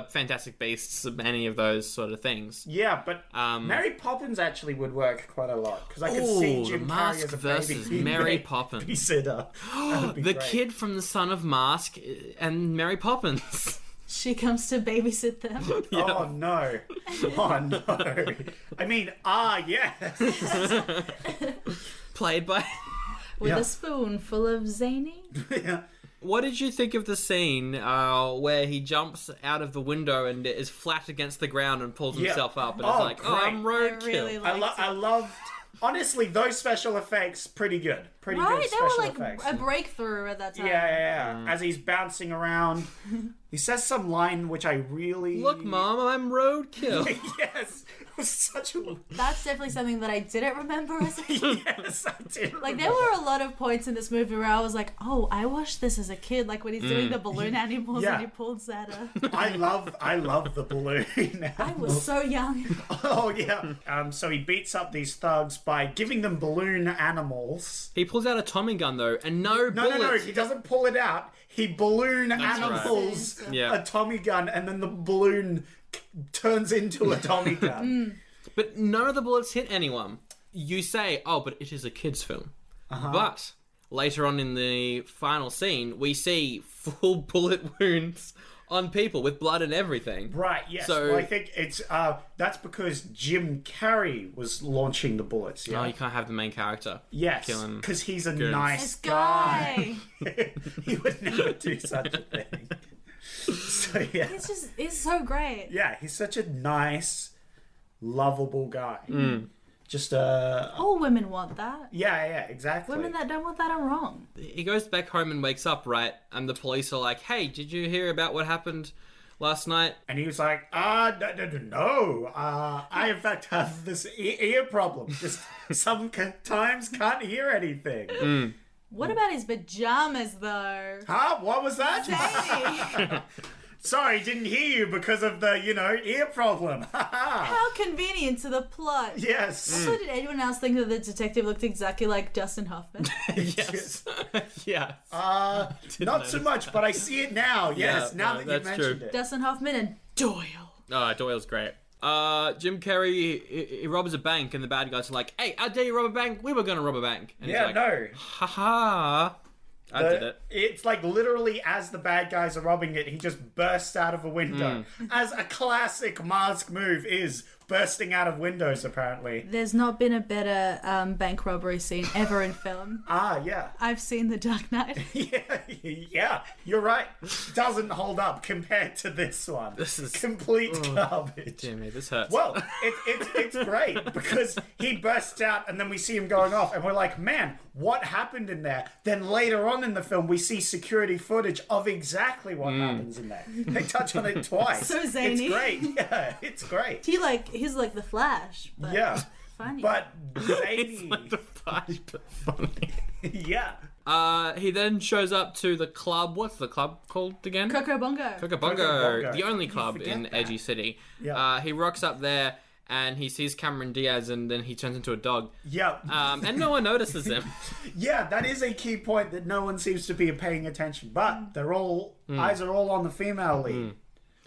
S1: or Fantastic Beasts, any of those sort of things.
S2: Yeah, but Mary Poppins actually would work quite a lot because I could see
S1: Um, Ooh,
S2: Jim
S1: the
S2: Carrey
S1: mask
S2: as a
S1: versus
S2: baby.
S1: Mary Poppins. *gasps*
S2: Babysitter. That would be
S1: The
S2: great.
S1: kid from the son of Mask eh, and Mary Poppins. *laughs*
S3: She comes to babysit them.
S2: Oh
S1: *laughs*
S2: no! Oh no! I mean, ah, yes. *laughs*
S1: played by.
S3: with
S2: Yeah.
S3: a spoon full of zany.
S2: yeah.
S1: what did you think of the scene uh, where he jumps out of the window and is flat against the ground and pulls
S2: Yeah.
S1: himself up and
S2: Oh,
S1: it's like, oh, I'm
S3: I
S1: roadkill.
S3: really
S2: I,
S3: liked
S2: lo-
S3: it.
S2: I loved. Honestly, those special effects pretty good. Pretty
S3: Right,
S2: good
S3: they
S2: special
S3: were like
S2: effects.
S3: a breakthrough at that time.
S2: yeah, yeah,
S1: Mm.
S2: yeah. As he's bouncing
S3: *laughs*
S2: around, he says some line which I really
S1: Look, mom, I'm roadkill.
S2: *laughs* Yes, it was such a
S3: That's definitely something that I
S2: *laughs*
S3: didn't remember *laughs* as a kid.
S2: yes. I did.
S3: Like there were a lot of points in this movie where I was like, "Oh, I watched this as a kid." Like when he's doing
S2: *laughs*
S3: the balloon animals
S2: Mm. Yeah.
S3: and he pulls that
S2: *laughs*
S3: up.
S2: I love I love the balloon.
S3: *laughs* I was so young.
S2: *laughs* oh yeah. Um, so he beats up these thugs by giving them balloon animals.
S1: he pulls out a Tommy gun though, and no,
S2: No,
S1: bullets.
S2: no, no. He doesn't pull it out. He balloon animals
S3: right.
S1: Yeah.
S2: a Tommy gun, and then the balloon k- turns into a Tommy
S3: *laughs* Mm.
S2: gun.
S1: But none of the bullets hit anyone. You say, oh, but it is a kids' film.
S2: Uh-huh.
S1: But later on in the final scene, we see full *laughs* bullet wounds on people with blood and everything.
S2: Right. Yes.
S1: So-
S2: well, I think it's uh, that's because Jim Carrey was launching the bullets. Yeah.
S1: No, you can't have the main character.
S2: yes.
S1: kill him.
S2: Because he's a
S1: Good.
S2: nice
S3: This
S2: guy.
S3: guy.
S2: *laughs* he would never do such a thing. So yeah.
S3: It's just it's so great.
S2: Yeah, he's such a nice, lovable guy. Just uh,
S3: All women want that.
S2: yeah, yeah, exactly.
S3: Women that don't want that are wrong.
S1: He goes back home and wakes up, right? And the police are like, hey, did you hear about what happened last
S2: *laughs*
S1: night?
S2: and he was like, ah, uh, no, no, no, uh, I in fact have this e- ear problem. Just sometimes can't hear anything.
S3: What
S2: Mm.
S3: about his pajamas though?
S2: Huh? What was that? *laughs*
S3: Hey,
S2: Sorry, didn't hear you because of the you know ear problem. *laughs*
S3: how convenient to the plot.
S2: yes.
S1: Mm.
S3: So did anyone else think that the detective looked exactly like Dustin
S2: *laughs*
S3: Hoffman?
S1: yes. yes. *laughs*
S2: Uh, not so much, but I see it now. Yes,
S1: Yeah,
S2: now
S1: no,
S2: that you
S1: that's
S2: mentioned
S1: true.
S2: it.
S3: Dustin Hoffman and Doyle.
S1: Oh, Doyle's great. uh, Jim Carrey he, he robs a bank, and the bad guys are like, "Hey, I dare you rob a bank? We were gonna rob a bank." And he's
S2: Yeah,
S1: like,
S2: no.
S1: Ha ha! I did
S2: Uh,
S1: it.
S2: It's like literally as the bad guys are robbing it, he just bursts out of a window.
S1: Mm.
S2: As a classic mask move is bursting out of windows, apparently.
S3: There's not been a better um, bank robbery scene ever in film.
S2: Ah, yeah. *laughs*
S3: I've seen The Dark Knight.
S2: Yeah, yeah, you're right. Doesn't hold up compared to this one. This
S1: is- Mm.
S2: complete garbage.
S1: Damn me, this hurts. *laughs*
S2: *laughs* Well, it, it, it's great because he bursts out and then we see him going off, and we're like, man, what happened in there? Then later on in the film, we see security footage of exactly what happens in there. They touch on
S3: *laughs*
S2: it twice.
S3: Hmm. So zany.
S2: It's great. *laughs* Yeah, it's great.
S3: He like he's like the Flash, but
S2: Yeah.
S3: *laughs* funny.
S2: But
S3: *laughs*
S2: zany.
S1: funny.
S2: *laughs* yeah.
S1: Uh, he then shows up to the club. What's the club called again?
S3: Coco Bongo.
S1: Coca Bongo,
S2: Bongo.
S1: the only club
S2: forget
S1: in
S2: that.
S1: Edgy City.
S2: Yeah.
S1: Uh, he rocks up there and he sees Cameron Diaz and then he turns into a dog.
S2: Yeah.
S3: Uh.
S1: Um, and no one notices
S2: *laughs*
S1: him.
S2: Yeah, that is a key point that no one seems to be paying attention. But they're all
S3: Hmm.
S2: eyes are all on the female lead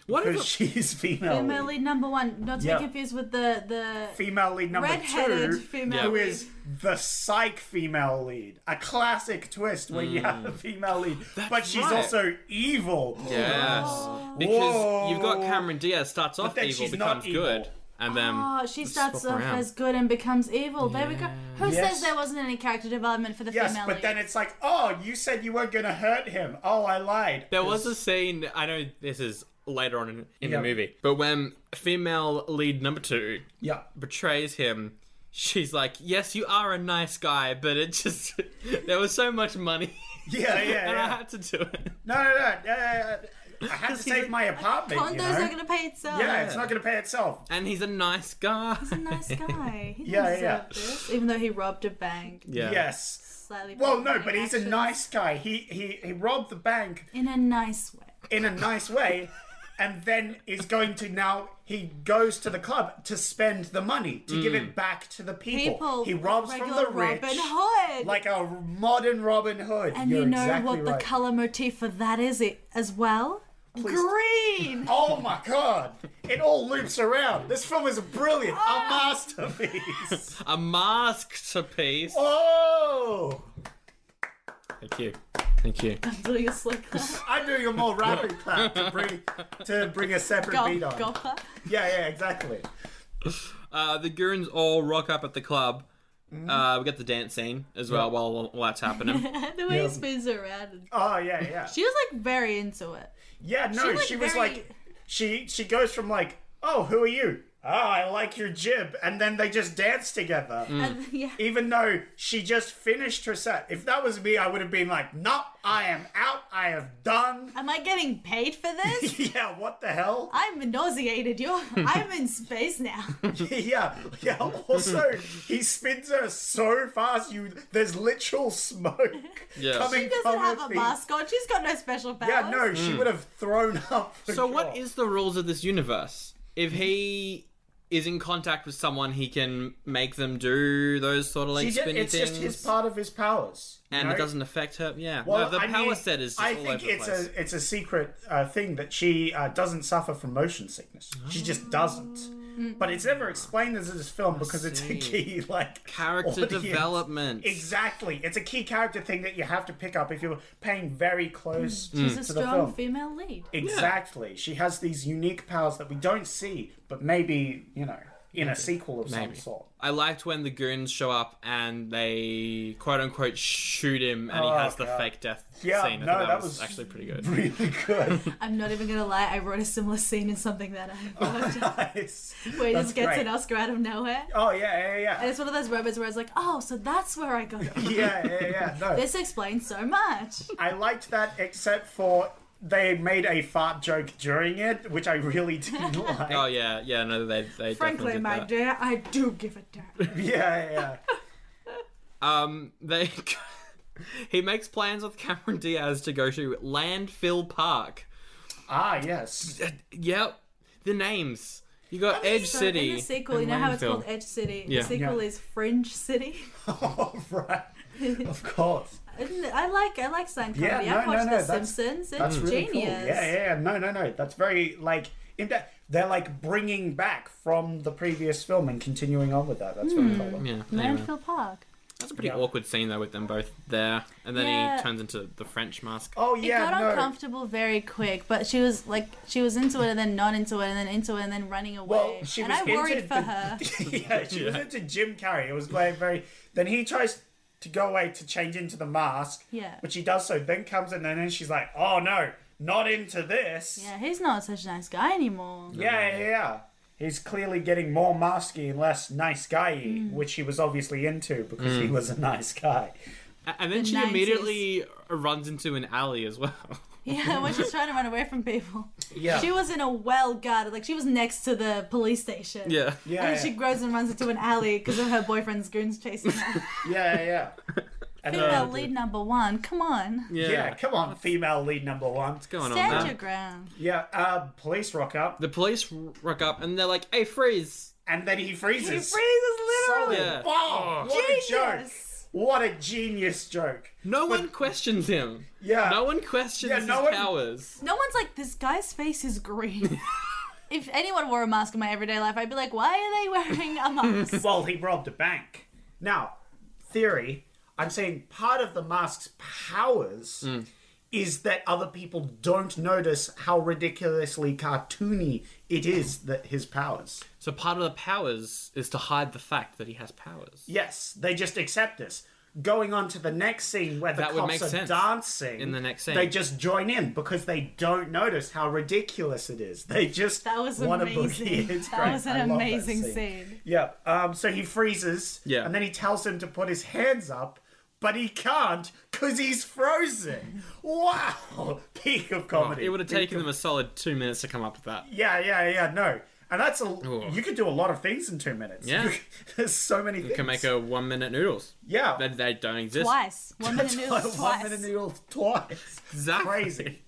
S1: What
S2: because *laughs*
S1: if
S2: she's female.
S3: Female lead number one, not to
S2: Yeah.
S3: be confused with the the
S2: Female lead number
S3: Red-headed
S2: two,
S3: female
S2: who
S3: lead.
S2: is the psych female lead. A classic twist where you have a female
S1: *gasps*
S2: lead, but she's
S1: Hmm. right.
S2: also evil.
S1: Yes. Because you've got Cameron Diaz starts off
S2: then
S1: evil,
S2: she's not
S1: becomes good,
S2: evil.
S1: and then
S3: Oh, she starts
S1: swap
S3: off
S1: around.
S3: as good and becomes evil. There we go. Who
S2: Yes.
S3: says there wasn't any character development for the
S2: Yes,
S3: female
S2: but
S3: lead?
S2: then it's like, oh, you said you weren't gonna hurt him. Oh, I lied.
S1: there was a scene. I know this is later on in, in
S2: Yeah.
S1: the movie, but when female lead number two
S2: yeah.
S1: betrays him. She's like, yes, you are a nice guy, but it just *laughs* there was so much money,
S2: Yeah,
S1: and
S2: yeah,
S1: I *laughs*
S2: yeah.
S1: had to do it.
S2: No, no, no. Uh, I had to save my apartment.
S3: Condo's
S2: you know?
S3: not gonna pay itself.
S2: yeah, it's not gonna pay itself.
S1: And he's a nice guy.
S3: He's
S2: *laughs*
S3: a nice guy. He
S2: Yeah,
S3: yeah, deserved
S2: yeah.
S3: this, even though he robbed a bank.
S1: *laughs* Yeah.
S2: Yes.
S3: Slightly
S2: Well, no,
S3: problematic
S2: but he's a
S3: actions.
S2: nice guy. He he he robbed the bank
S3: in a nice way.
S2: in a nice way, and then is going to now he goes to the club to spend the money to give it back to the people.
S3: People,
S2: he robs from
S3: regular
S2: the rich,
S3: Robin Hood.
S2: like a modern Robin Hood.
S3: and
S2: You're
S3: you know
S2: exactly
S3: what
S2: right.
S3: the color motif for that is it as *laughs* well? Green.
S2: Oh my god! It all loops around. This film is brilliant,
S3: Ah.
S2: a masterpiece. *laughs*
S1: A masterpiece.
S2: oh,
S1: Thank you. Thank you.
S3: I'm doing a slow
S2: *laughs*
S3: clap.
S2: I'm doing a more rapid clap to bring to bring a separate beat on.
S3: Golf, golf clap.
S2: Yeah, yeah, exactly.
S1: Uh, the Goons all rock up at the club.
S2: Mm-hmm.
S1: Uh, we get the dance scene as well while all that's happening.
S3: *laughs* the way
S2: Yeah.
S3: he spins around. and-
S2: Oh yeah, yeah.
S3: She was like very into it.
S2: Yeah, no, she,
S3: She was
S2: was
S3: very-
S2: like, she she goes from like, oh, who are you? Oh, I like your jib, and then they just dance together.
S3: And, *laughs* yeah.
S2: Even though she just finished her set. If that was me, I would have been like, nope, I am out. I have done. *laughs*
S3: Am I getting paid for this?
S2: yeah, what the
S3: *laughs*
S2: hell? *laughs*
S3: I'm nauseated. You're. I'm in space now.
S2: yeah, yeah. Also, he spins her so fast, you there's literal
S3: *laughs*
S2: smoke
S1: Yes.
S2: coming
S3: She doesn't
S2: from
S3: have
S2: her
S3: a Mm.
S2: feet.
S3: mask on. She's got no special powers.
S2: Yeah, no, she would have thrown up. for
S1: so, what
S2: sure.
S1: is the rules of this universe? If he is in contact with someone, he can make them do those sort of like
S2: He ju-
S1: spinny
S2: it's
S1: things,
S2: just his part of his powers. you
S1: and
S2: know?
S1: it doesn't affect her. Yeah,
S2: Well,
S1: no, the
S2: I
S1: power
S2: mean,
S1: set is just
S2: I
S1: all
S2: think
S1: over the
S2: it's
S1: place.
S2: a it's a secret uh, thing that she uh, doesn't suffer from motion sickness. She just
S3: Mm.
S2: doesn't. But it's never explained as this film because it's a
S1: see.
S2: key *laughs* like
S1: Character
S2: audience.
S1: development.
S2: Exactly, it's a key character thing that you have to pick up if you're paying very close
S3: Mm. She's a
S2: Hmm. to the film.
S3: strong female lead.
S2: exactly, she has these unique powers that we don't see, but maybe you know in a sequel of some sort. *laughs*
S1: I liked when the goons show up and they quote unquote shoot him, and he
S2: Oh,
S1: has the
S2: God.
S1: fake death
S2: Yeah,
S1: scene. I
S2: no,
S1: thought
S2: that was-
S1: actually pretty good.
S2: Really good.
S3: *laughs*
S2: *laughs*
S3: I'm not even gonna lie. I wrote a similar scene in something that I worked on,
S2: nice.
S3: *laughs* where he
S2: Oh, That's
S3: just gets
S2: great.
S3: an Oscar out of nowhere.
S2: Oh yeah, yeah, yeah.
S3: *laughs* And it's one of those moments where I was like, oh, so that's where
S2: *laughs*
S3: I got it. from.
S2: yeah, yeah, yeah. No,
S3: This explains so much.
S2: I liked that, except for they made a fart joke during it, which I really *laughs* didn't like.
S1: Oh yeah, yeah. No, they they definitely
S3: Frankly,
S1: did
S3: my
S1: that.
S3: dear, I do give a damn.
S2: Yeah, yeah.
S1: Um, they *laughs* he makes plans with Cameron Diaz to go to Landfill Park.
S2: ah,
S1: *laughs*
S2: yes. *laughs*
S1: Yep, the names. You got Edge
S3: So
S1: City.
S3: In the sequel,
S1: and
S3: you know how it's
S1: Landfill.
S3: called Edge City.
S1: Yeah.
S3: The sequel
S2: Yeah.
S3: is Fringe City.
S2: Oh, right. Of
S3: *laughs*
S2: course.
S3: Isn't it- *laughs* I like I like science
S2: Yeah,
S3: comedy.
S2: no,
S3: I've
S2: no,
S3: watched
S2: no,
S3: The
S2: that's-
S3: Simpsons. It's
S2: That's really
S3: genius.
S2: cool. Yeah, yeah, yeah. No, no, no. That's very like in that. they're like bringing back from the previous film and continuing on with that. That's what
S3: Hmm.
S2: I call them.
S1: Yeah. Anyway.
S3: Mansfield Park.
S1: That's a pretty
S2: Yeah.
S1: awkward scene though with them both there, and then
S3: Yeah.
S1: he turns into the French mask.
S2: Oh
S3: It
S2: yeah,
S3: got
S2: no.
S3: uncomfortable very quick, but she was like, she was into it and then not into it and then into it and then running away.
S2: Well, she
S3: and
S2: was
S3: I worried
S2: into
S3: for
S2: the-
S3: her.
S2: *laughs* yeah, she was into Jim Carrey. It was very, very. Then he tries to go away to change into the mask.
S3: Yeah.
S2: Which he does so. Then comes in, and then she's like, "Oh no, not into this."
S3: Yeah, he's not such a nice guy anymore. *laughs*
S2: Yeah, yeah, yeah. He's clearly getting more masky and less nice guy,
S3: Mm.
S2: which he was obviously into because he was a nice guy.
S1: A- And then
S3: The
S1: she
S3: 90s.
S1: immediately runs into an alley as well. *laughs*
S3: Yeah, when she's trying to run away from people.
S2: Yeah.
S3: She was in a well guarded, like she was next to the police station.
S1: yeah.
S2: Yeah,
S3: And
S2: yeah,
S3: then she grows and runs into an alley because of her boyfriend's goons
S2: *laughs*
S3: chasing her.
S2: yeah, yeah.
S3: *laughs*
S2: yeah. And, uh,
S3: Female lead number one, come on.
S1: Yeah.
S2: yeah. come on, female lead number one.
S1: What's going on
S3: Stand
S1: there?
S3: your ground.
S2: Yeah, uh, police rock up,
S1: The police rock up and they're like, "Hey, freeze!"
S2: and then he freezes.
S3: She freezes literally.
S2: Solid.
S1: Yeah.
S2: Wow, Oh, what a joke!
S3: Jesus.
S2: What a genius joke!
S1: No one questions him.
S2: Yeah.
S1: No one questions
S2: Yeah, no
S1: his
S2: one-
S1: powers.
S3: No one's like, this guy's face
S2: *laughs*
S3: is green. if anyone wore a mask in my everyday life, I'd be like, why are they wearing
S2: *laughs*
S3: a mask?
S2: Well, he robbed a bank. Now, theory, I'm saying part of the mask's powers
S1: Mm.
S2: is that other people don't notice how ridiculously cartoony it is that his powers.
S1: So part of the powers is to hide the fact that he has powers.
S2: Yes, they just accept this. Going on to the next scene where the
S1: That would
S2: cops
S1: make
S2: are
S1: sense
S2: dancing.
S1: in the next scene.
S2: They just join in because they don't notice how ridiculous it is. They just
S3: That was
S2: want *laughs*
S3: amazing.
S2: to boogie. It's
S3: That
S2: great.
S3: was an
S2: I love that
S3: amazing
S2: scene.
S3: scene.
S2: Yeah. Um, so he freezes.
S1: Yeah.
S2: And then he tells him to put his hands up, but he can't because he's frozen. Wow. *laughs* Peak of comedy.
S1: Oh, It would have taken them a solid two minutes to come up with that.
S2: Yeah, yeah, yeah. No. And that's a. You could do a lot of things in two minutes.
S1: Oh. Yeah.
S2: You- *laughs* there's so many things.
S1: Can make a one minute noodles.
S2: Yeah.
S1: They, they don't exist.
S2: *laughs*
S3: Twice. One minute noodles
S2: One
S3: twice.
S2: minute noodle twice.
S1: Exactly.
S2: Crazy.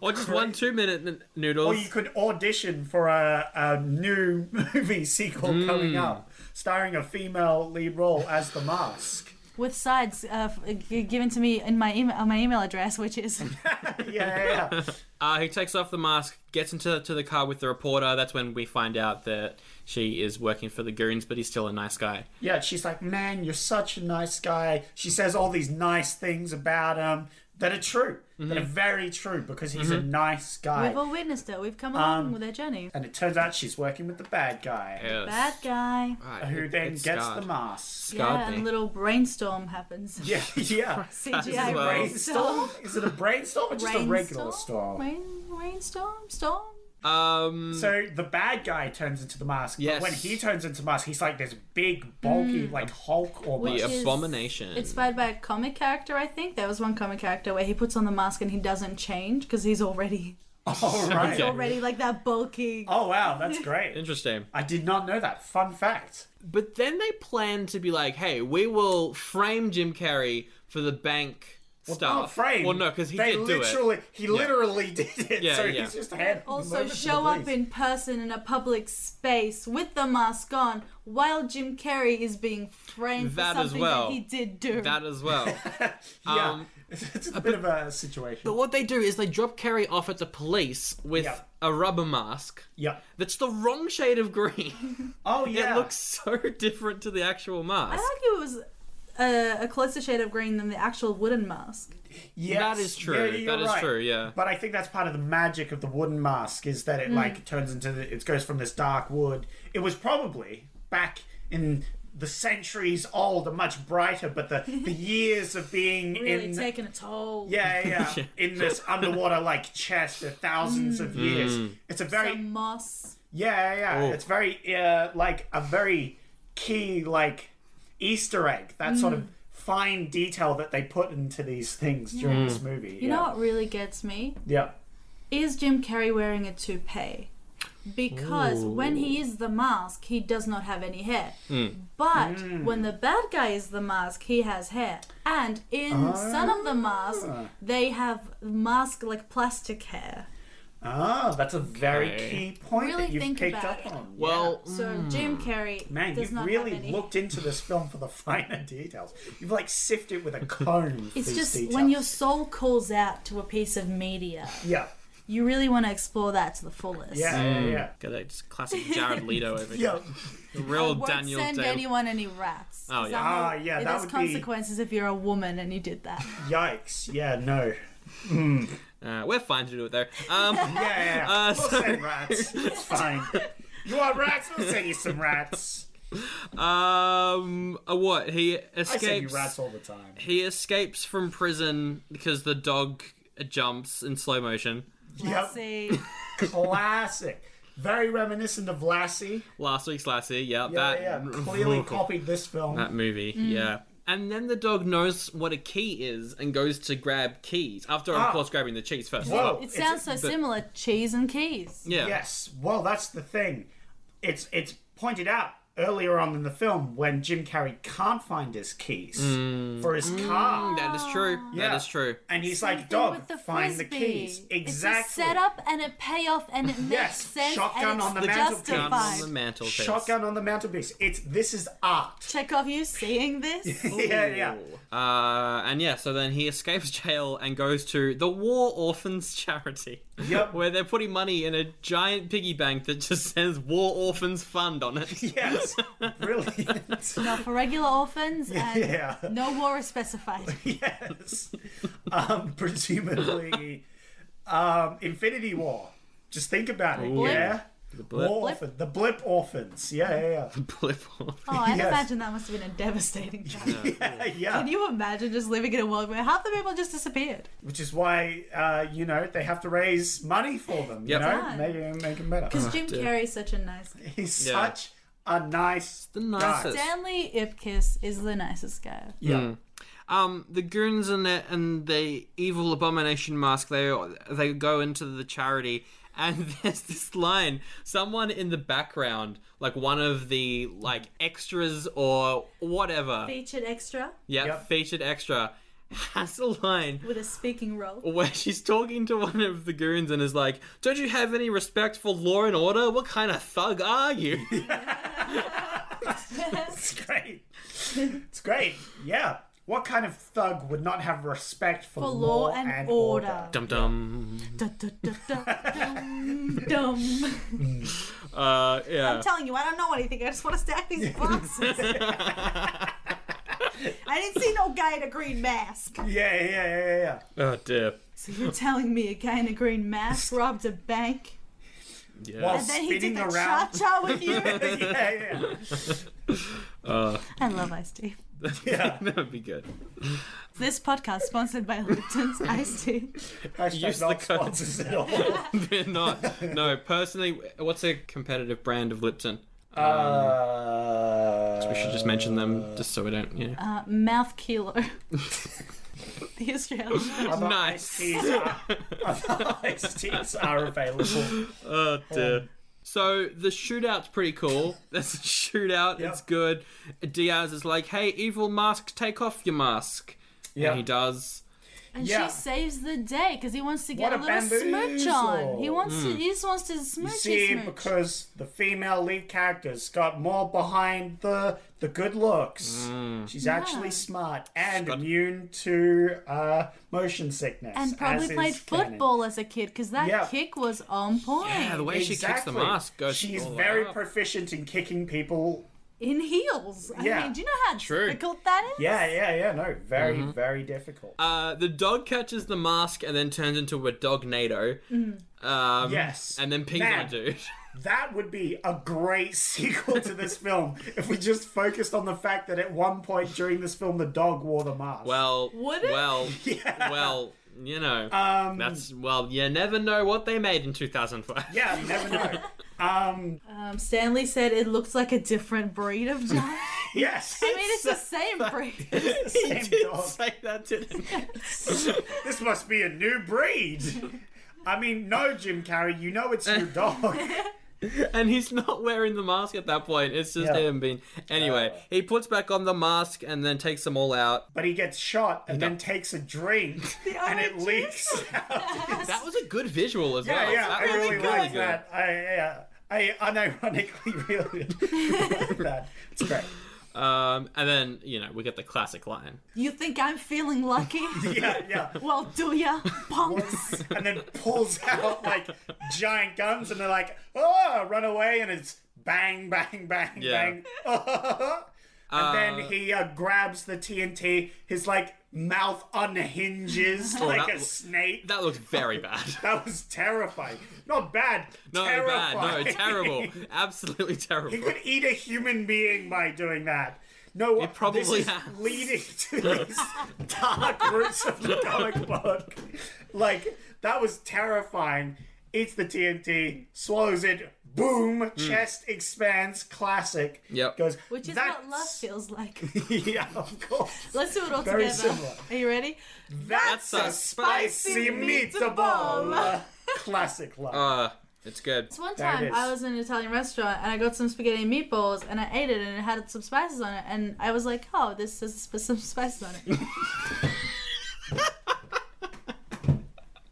S1: Or just one two minute n-
S2: Or
S1: noodles.
S2: you could audition for a, a new *laughs* movie sequel
S1: Hmm.
S2: coming up, starring a female lead role as the mask. *laughs*
S3: With sides uh, f- g- given to me in my email, on my email address, which
S2: *laughs*
S3: is
S2: Yeah, yeah, yeah.
S1: Uh, he takes off the mask, gets into to the car with the reporter. That's when we find out that she is working for the goons, but he's still a nice guy.
S2: Yeah, she's like, man, you're such a nice guy. She says all these nice things about him that are true, that are
S1: Mm-hmm.
S2: very true because he's a nice guy.
S3: We've all witnessed it. We've come
S2: Um,
S3: along with their journey.
S2: and it turns out she's working with the bad guy,
S1: Yes.
S3: Bad guy.
S1: Right,
S2: who
S1: it-
S2: then
S1: it's
S2: gets
S1: scarred.
S2: the mask.
S3: Yeah,
S1: Scarred
S3: and
S1: me.
S3: a little brainstorm happens.
S2: *laughs* Yeah, yeah.
S3: CGI
S1: well.
S3: brainstorm.
S2: Brainstorm? Is it a brainstorm or just a regular storm?
S3: Rain, rainstorm? Storm?
S1: Um,
S2: So the bad guy turns into the mask,
S1: Yes.
S2: but when he turns into mask, he's like this big,
S3: Mm.
S2: bulky, like Hulk almost.
S1: the
S3: *laughs* is-
S1: abomination.
S3: Inspired by a comic character, I think. There was one comic character where he puts on the mask and he doesn't change because he's already
S2: Oh,
S1: *laughs*
S2: right.
S1: Yeah.
S3: already like that bulky.
S2: Oh, wow,
S3: *laughs*
S2: that's great.
S1: Interesting.
S2: I did not know that. Fun fact.
S1: But then they plan to be like, hey, we will frame Jim Carrey for the bank stuff.
S2: Not oh, frame.
S1: Well, no, because he
S2: they
S1: did do
S2: literally, He literally did it.
S1: Yeah,
S2: so
S1: yeah.
S2: he's just had
S3: Also, show up in person in a public space with the mask on while Jim Carrey is being framed
S1: That
S3: for
S1: as
S3: something
S1: well.
S3: that he did do.
S1: it. That as well.
S2: *laughs* *laughs* Yeah,
S1: um,
S2: *laughs* it's a bit of a situation.
S1: but what they do is they drop Carrey off at the police with
S2: Yeah.
S1: a rubber mask.
S2: Yeah.
S1: That's the wrong shade of green. *laughs*
S2: Oh yeah.
S1: It looks so different to the actual mask.
S3: I argue it was a, a closer shade of green than the actual wooden mask.
S2: Yes.
S1: That is true.
S2: Yeah, you're
S1: That is
S2: right.
S1: true, yeah.
S2: But I think that's part of the magic of the wooden mask is
S3: Hmm.
S2: that it like turns into the, it goes from this dark wood. It was probably back in the centuries old, a much brighter, but
S3: *laughs*
S2: the, the years of being
S3: Really
S2: in
S3: taking a toll.
S1: *laughs*
S2: yeah, yeah, yeah, in this underwater like chest for thousands of years. It's a very
S3: Some moss.
S2: Yeah, yeah, yeah.
S1: Hmm. Oh.
S2: It's very uh, like a very key like Easter egg. That sort
S3: Hmm.
S2: of fine detail that they put into these things during this
S1: Hmm.
S2: movie.
S3: You
S2: yeah.
S3: know what really gets me?
S2: Yeah.
S3: Is Jim Carrey wearing a toupee? Because when he is the mask, he does not have any hair. But
S2: Hmm.
S3: when the bad guy is the mask, he has hair. And in Son of the Mask, they have mask like plastic hair.
S2: Ah, that's a very
S1: Okay.
S2: key point
S3: Really
S2: that you've
S3: think
S2: picked
S3: about
S2: up
S3: it.
S2: on.
S1: Well,
S3: So Jim Carrey
S2: yeah. man,
S3: does
S2: you've
S3: not have
S2: really
S3: any.
S2: looked into this film for the *laughs* finer details. You've like sifted with a comb.
S3: it's
S2: these
S3: just
S2: details.
S3: when your soul calls out to a piece of media,
S2: yeah.
S3: you really want to explore that to the fullest.
S2: Yeah, yeah, yeah.
S1: Got a just
S3: *laughs*
S1: classic Jared Leto over here.
S2: Yeah.
S1: Real
S3: Won't
S1: Daniel
S3: send
S1: Day.
S3: anyone any rats.
S1: Oh,
S3: 'cause
S1: yeah.
S3: I know
S2: Ah, yeah,
S3: it
S2: that
S3: has
S2: would be-
S3: consequences if you're a woman and you
S2: *laughs*
S3: did that.
S2: Yikes. Yeah, no.
S1: Uh, we're fine to do it though. Um, *laughs*
S2: Yeah, yeah, yeah.
S1: Uh,
S2: we'll
S1: so-
S2: send rats. It's fine. You want rats? We'll send you some rats.
S1: um, uh, what he
S2: I send you
S1: escapes.
S2: rats all the time.
S1: He escapes from prison because the dog jumps in slow motion.
S2: Yep. *laughs*
S3: See,
S2: Classic. Very reminiscent of Lassie.
S1: Last week's Lassie, yeah,
S2: Yeah,
S1: that
S2: yeah. Clearly copied this film.
S1: that movie, yeah. And then the dog knows what a key is and goes to grab keys. After, of
S2: Ah.
S1: course, grabbing the cheese first.
S2: Whoa.
S3: it
S2: It's-
S3: sounds so similar. Cheese and keys.
S1: Yeah.
S2: Yes. Well, that's the thing. It's it's pointed out earlier on in the film when Jim Carrey can't find his keys for his car.
S1: Mm. That is true.
S2: Yeah.
S1: That is true.
S2: And he's
S3: Mm. Same
S2: like,
S3: thing
S2: dog,
S3: with the
S2: find
S3: Frisbee.
S2: the keys.
S3: It's a
S2: Exactly.
S3: setup and a payoff and it
S2: *laughs*
S3: makes
S2: Yes,
S3: sense
S2: shotgun
S3: and it's
S2: on the mantelpiece.
S1: Gun on
S3: justified.
S1: the mantelpiece.
S2: Shotgun on the mantelpiece. It's this is art.
S3: *laughs* Check off you seeing
S2: *laughs* *laughs*
S3: this?
S2: yeah, yeah.
S1: Uh, and yeah, so then he escapes *laughs* jail and goes to the War Orphans *laughs* Charity.
S2: Yep.
S1: Where they're putting money in a giant piggy bank that just *laughs* says War Orphans Fund on it.
S2: Yes.
S1: *laughs*
S2: Brilliant.
S3: Now for regular orphans
S2: *laughs*
S3: and
S2: yeah.
S3: no war is
S2: *laughs*
S3: specified.
S2: yes. Um, *laughs* presumably, um, Infinity War. Just think about it. Yeah. The
S1: blip.
S2: War
S3: Blip.
S2: orphan, the blip orphans. Yeah, yeah,
S1: *laughs* Blip Orphans.
S3: Oh, I'd
S2: Yes.
S3: imagine that must have been a devastating
S2: *laughs*
S3: time.
S2: yeah. yeah, yeah.
S3: Can you imagine just living in a world where half the people just disappeared?
S2: Which is why, uh, you know, they have to raise money for them.
S1: Yep.
S2: You know,
S3: Yeah.
S2: make it, make it better.
S1: Ah,
S3: Because Jim Carrey's such a nice guy.
S2: He's
S1: Yeah.
S2: such a nice
S1: The
S2: guy.
S1: nicest.
S3: Stanley Ipkiss is the nicest guy.
S2: Yeah.
S1: Um, the goons and the, and the evil abomination mask. They they go into the charity, and *laughs* there's this line. Someone in the background, like one of the like extras or whatever,
S3: Featured extra
S1: yeah,
S2: Yep.
S1: featured extra, has a line
S3: with a speaking role.
S1: where she's talking to one of the goons and is like, "Don't you have any respect for law and order? What kind of thug are you?"
S2: It's great. It's great. Yeah. What kind of thug would not have respect for,
S3: For law and, order.
S1: dum dum.
S3: Da, da, da, da, *laughs* dum, dum.
S1: Uh, yeah.
S3: I'm telling you, I don't know anything. I just want to stack these boxes.
S1: *laughs*
S3: I didn't see no guy in a green mask.
S2: Yeah, yeah, yeah, yeah, yeah.
S1: oh dear.
S3: So you're telling me a guy in a green mask robbed a bank
S1: Yeah.
S2: While
S3: and then he did
S2: spinning
S3: the
S2: around.
S3: cha-cha with you? *laughs*
S2: yeah, *laughs* yeah, yeah.
S1: *laughs*
S3: I love Ice Tea.
S2: yeah.
S1: that would be good. *laughs*
S3: This podcast sponsored by Lipton's Ice Tea.
S2: Hashtag
S1: Use the
S2: not
S1: code.
S2: sponsors
S1: *laughs*
S2: at all.
S1: They're not. No, personally, what's a competitive brand of Lipton?
S2: Uh,
S1: We should just mention them just so we don't, you know.
S3: Uh, mouth *laughs* Kilo. the Australian.
S2: other
S1: Nice.
S2: Iced teas are, other iced teas *laughs* are available.
S1: Oh, dear. So the shootout's pretty cool. *laughs* That's a shootout.
S2: Yeah.
S1: It's good. Diaz is like, hey, evil mask, take off your mask.
S2: Yeah.
S1: And he does.
S3: And
S2: Yeah.
S3: she saves the day because he wants to
S2: What
S3: get
S2: a
S3: a little smooch on. He
S2: bamboozle.
S3: wants
S1: Hmm.
S3: to, he just wants to smoochy
S2: See,
S3: smooch.
S2: because the female lead character's got more behind the the good looks.
S1: Mm.
S2: She's actually smart and immune to uh, motion sickness.
S3: and probably
S2: as
S3: played
S2: is canon.
S3: football as a kid because that
S2: Yeah.
S3: kick was on point
S1: Yeah, the way she kicks the
S2: Exactly.
S1: mask goes.
S2: She's
S1: all the way
S2: very
S1: up.
S2: proficient in kicking people.
S3: in heels. I
S2: Yeah.
S3: mean, do you know how
S1: True.
S3: difficult that is?
S2: Yeah, yeah, yeah. No, very,
S1: Mm-hmm.
S2: very difficult.
S1: Uh, the dog catches the mask and then turns into a dog nado. Um,
S2: Mm. Yes.
S1: And then pings on a
S2: Man.
S1: dude. *laughs*
S2: That would be a great *laughs* sequel to this film if we just focused on the fact that at one point during this film the dog wore the mask.
S1: Well,
S3: Would
S2: *laughs*
S3: it?
S1: well, well, you know,
S2: Um,
S1: that's well, you never know what they made in 2005.
S2: yeah, you never
S1: *laughs*
S2: know.
S3: Um, Stanley said it looks like a different
S2: *laughs*
S3: breed of dog. I
S2: yes,
S3: mean, it's the same breed.
S1: *laughs*
S2: the same dog.
S1: say that didn't.
S2: This must be a new breed. I mean, no, Jim Carrey, you know it's your dog.
S1: and he's not wearing the mask at that point. It's just
S2: Yeah.
S1: him being. Anyway, he puts back on the mask and then takes them all out.
S2: But he gets shot and then takes a drink and it leaks.
S1: *laughs* That was a good visual as
S2: Yeah,
S1: well.
S2: yeah,
S1: That
S2: I
S1: was
S2: really
S1: good.
S2: like *laughs* that. I, yeah, I unironically really like that. It's great.
S1: Um, and then you know we get the classic line.
S3: You think I'm feeling lucky?
S2: Yeah, yeah.
S3: well, do ya,
S2: *laughs*
S3: punks?
S2: and then pulls out like giant guns, and they're like, "Oh, run away!" And it's bang, bang, bang,
S1: Yeah.
S2: bang. *laughs* and then he uh, grabs the TNT. His like mouth unhinges like
S1: Oh, that-
S2: a snake. That,
S1: That looks
S2: *laughs*
S1: very bad.
S2: was terrifying. Not bad.
S1: No,
S2: terrifying.
S1: bad. No, terrible. Absolutely
S2: *laughs* He
S1: terrible.
S2: could eat a human being by doing that. No, it
S1: probably
S2: this is
S1: has.
S2: leading to these dark roots of the comic book. Like that was terrifying. Eats the TNT, swallows it. Boom! Chest expands. Classic.
S1: Hmm. Yep.
S2: Goes.
S3: Which is what
S2: *laughs*
S3: love
S2: "That's-"
S3: feels like.
S2: yeah, of course.
S3: Let's do it all
S2: Very
S3: together.
S2: similar.
S3: Are you ready?
S2: That's,
S1: a
S2: a spicy
S3: spicy *laughs*
S2: meatball. Classic love.
S1: Uh, it's good.
S3: So one
S2: There it
S3: time
S2: is.
S3: I was in an Italian restaurant and I got some spaghetti and meatballs and I ate it and it had some spices on it and I was like, oh, this has sp- some *laughs* spices on
S2: *laughs*
S3: it.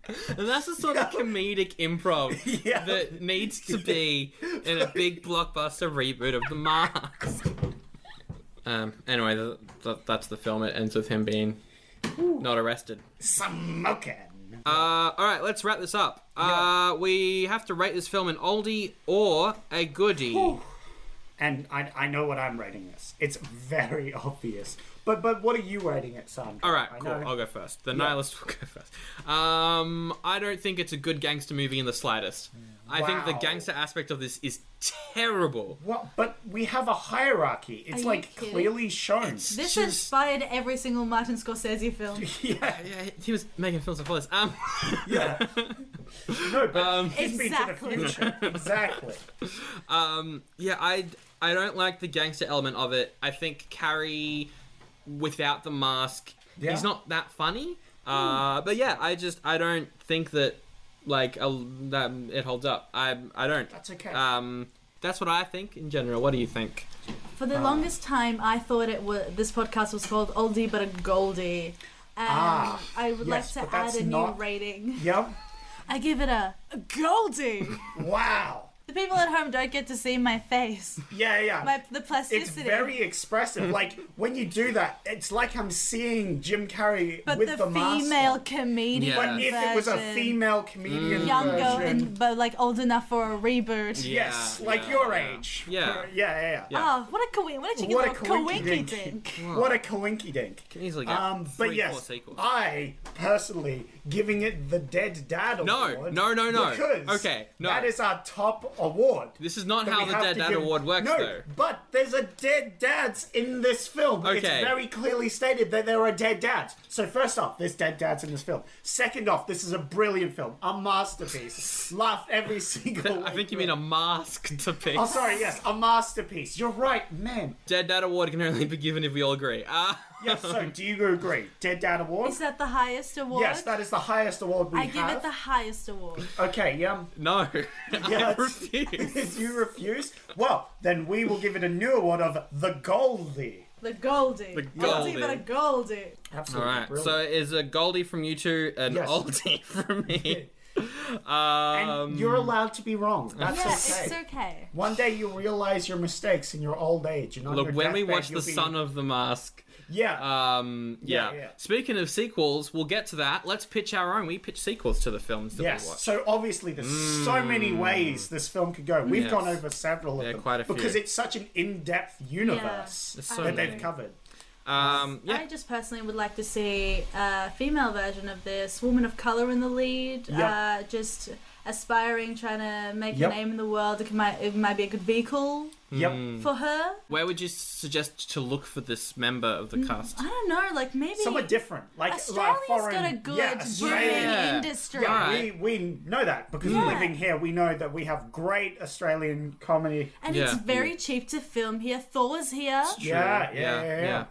S1: And that's the
S2: *laughs*
S1: sort of comedic improv
S2: Yeah. *laughs*
S1: that needs to be in a big blockbuster reboot of The Mask. Um, anyway, th- th- that's the film. It ends with him being not arrested.
S2: Smoking.
S1: Uh, all right, let's wrap this up. Uh, we have to rate this film an oldie or a goodie.
S2: and I, I know what I'm rating this. It's very *laughs* obvious. But but what are you rating it, son?
S1: All right,
S2: I
S1: cool. Oh.
S2: know.
S1: I'll go first. The nihilist will go first. Um, I don't think it's a good gangster movie in the slightest. I think the
S2: Mm. Wow.
S1: gangster aspect of this is terrible.
S2: Well, but we have a hierarchy. It's
S3: you
S2: like
S3: kidding?
S2: clearly shown. *laughs*
S3: This
S1: Just-
S3: inspired every single Martin Scorsese film.
S2: yeah,
S1: Yeah, he was making films before this. Um,
S2: yeah. no, but he's
S3: Exactly.
S2: been to the future.
S3: *laughs*
S2: Exactly.
S1: yeah, I I don't like the gangster element of it. I think Carrie without the mask,
S2: Yeah. Hmm.
S1: he's not that funny. Uh, but yeah, I just I don't think that like a, that it holds up. I I don't.
S2: That's okay.
S1: Um, that's what I think in general. What do you think?
S3: For
S2: Oh.
S3: the longest time, I thought it was this podcast was called Oldie but a Goldie. And
S2: Ah,
S3: I would
S2: yes,
S3: like
S2: but
S3: to add
S2: that's
S3: a new
S2: not-
S3: rating.
S2: Yep.
S3: I give it a, a
S2: *laughs*
S3: Goldie.
S2: Wow.
S3: the people at home don't get to see my face,
S2: Yeah, yeah.
S3: my the plasticity.
S2: it's
S1: *laughs*
S2: very expressive. like when you do that, it's like I'm seeing Jim Carrey
S3: but
S2: with
S3: the,
S2: the,
S3: female
S2: mask.
S3: comedian
S1: Yeah.
S2: on. But if it was a
S3: version.
S2: female comedian
S1: Mm.
S3: younger
S2: version,
S3: and but like old enough for a reboot.
S2: yes,
S1: Yeah,
S2: like
S1: yeah,
S2: your
S1: yeah.
S2: age,
S1: Yeah.
S2: yeah, yeah, yeah. yeah.
S3: Oh, what a coinky! What a chicken
S2: What a
S3: little
S2: coinky
S3: coinky
S2: dink.
S3: dink.
S2: *laughs* What a coinky dink.
S1: Can easily get
S2: Um,
S1: three,
S2: but yes,
S1: four sequels.
S2: I personally giving it the Dead Dad
S1: No,
S2: Award.
S1: no, no, no.
S2: Because
S1: Okay, no.
S2: that is our top award.
S1: This is not
S2: that
S1: how
S2: we
S1: the
S2: have
S1: Dead
S2: to
S1: Dad
S2: give-
S1: Award works,
S2: no,
S1: though.
S2: But there's a dead dads in this film. It's
S1: Okay.
S2: very clearly stated that there are dead dads. So first off, there's dead dads in this film. Second off, this is a brilliant film, a
S1: *laughs*
S2: masterpiece. Laugh every single.
S1: I
S2: way
S1: think you
S2: through
S1: mean a
S2: it.
S1: mask *laughs* to pick.
S2: Oh, sorry. Yes, a masterpiece. You're right, man.
S1: Dead Dad Award can only be given if we all agree. Uh, *laughs*
S2: Yes. So, do you agree? Dead Dad Award.
S3: Is that the highest award?
S2: Yes, that is the highest award we
S3: I give
S2: have.
S3: it the highest award.
S2: Okay, yeah.
S1: no, *laughs* I
S2: that's-
S1: refuse.
S2: *laughs* If you refuse, well, then we will give it a new award of the Goldie.
S3: The Goldie. The
S1: Goldie.
S3: but a Goldie.
S2: Absolutely.
S1: All right, so
S2: brilliant.
S1: is a Goldie from you two an
S2: Yes.
S1: oldie *laughs* from
S2: *laughs*
S1: me?
S2: and
S1: um,
S2: you're allowed to be wrong. That's
S3: Yeah,
S2: okay.
S3: it's okay.
S2: One day you'll realize your mistakes in your old age. And on
S1: Look,
S2: your
S1: when we
S2: deathbed,
S1: watch The
S2: you'll be...
S1: Son of the Mask,
S2: yeah,
S1: um, yeah.
S2: Yeah, yeah.
S1: Speaking of sequels, we'll get to that. Let's pitch our own. We pitch sequels to the films that we
S2: yes.
S1: watch. Mm.
S2: So obviously, there's so many ways this film could go. We've
S1: Yes.
S2: gone over several of
S1: Yeah,
S2: them
S1: quite a few.
S2: because it's such an in-depth universe
S1: There's so
S2: that
S1: many.
S2: they've covered.
S1: Um, yeah.
S3: I just personally would like to see a female version of this, woman of color in the lead,
S2: Yeah.
S3: uh, just aspiring, trying to make
S2: Yep.
S3: a name in the world. It might, it might be a good vehicle
S1: Hmm.
S2: Yep.
S3: for her.
S1: Where would you suggest to look for this member of the cast?
S3: Mm, I don't know, like maybe
S2: Somewhere different, like
S3: Australia's
S2: like foreign.
S3: got a good
S2: yeah,
S3: brewing
S2: Australia.
S1: Yeah.
S3: industry.
S1: Yeah,
S2: Yeah,
S1: Alright.
S2: we, we know that because
S3: Yeah.
S2: living here, we know that we have great Australian comedy.
S3: And
S1: Yeah.
S3: it's very cheap to film here. Thor's here.
S2: Yeah, yeah, yeah, yeah.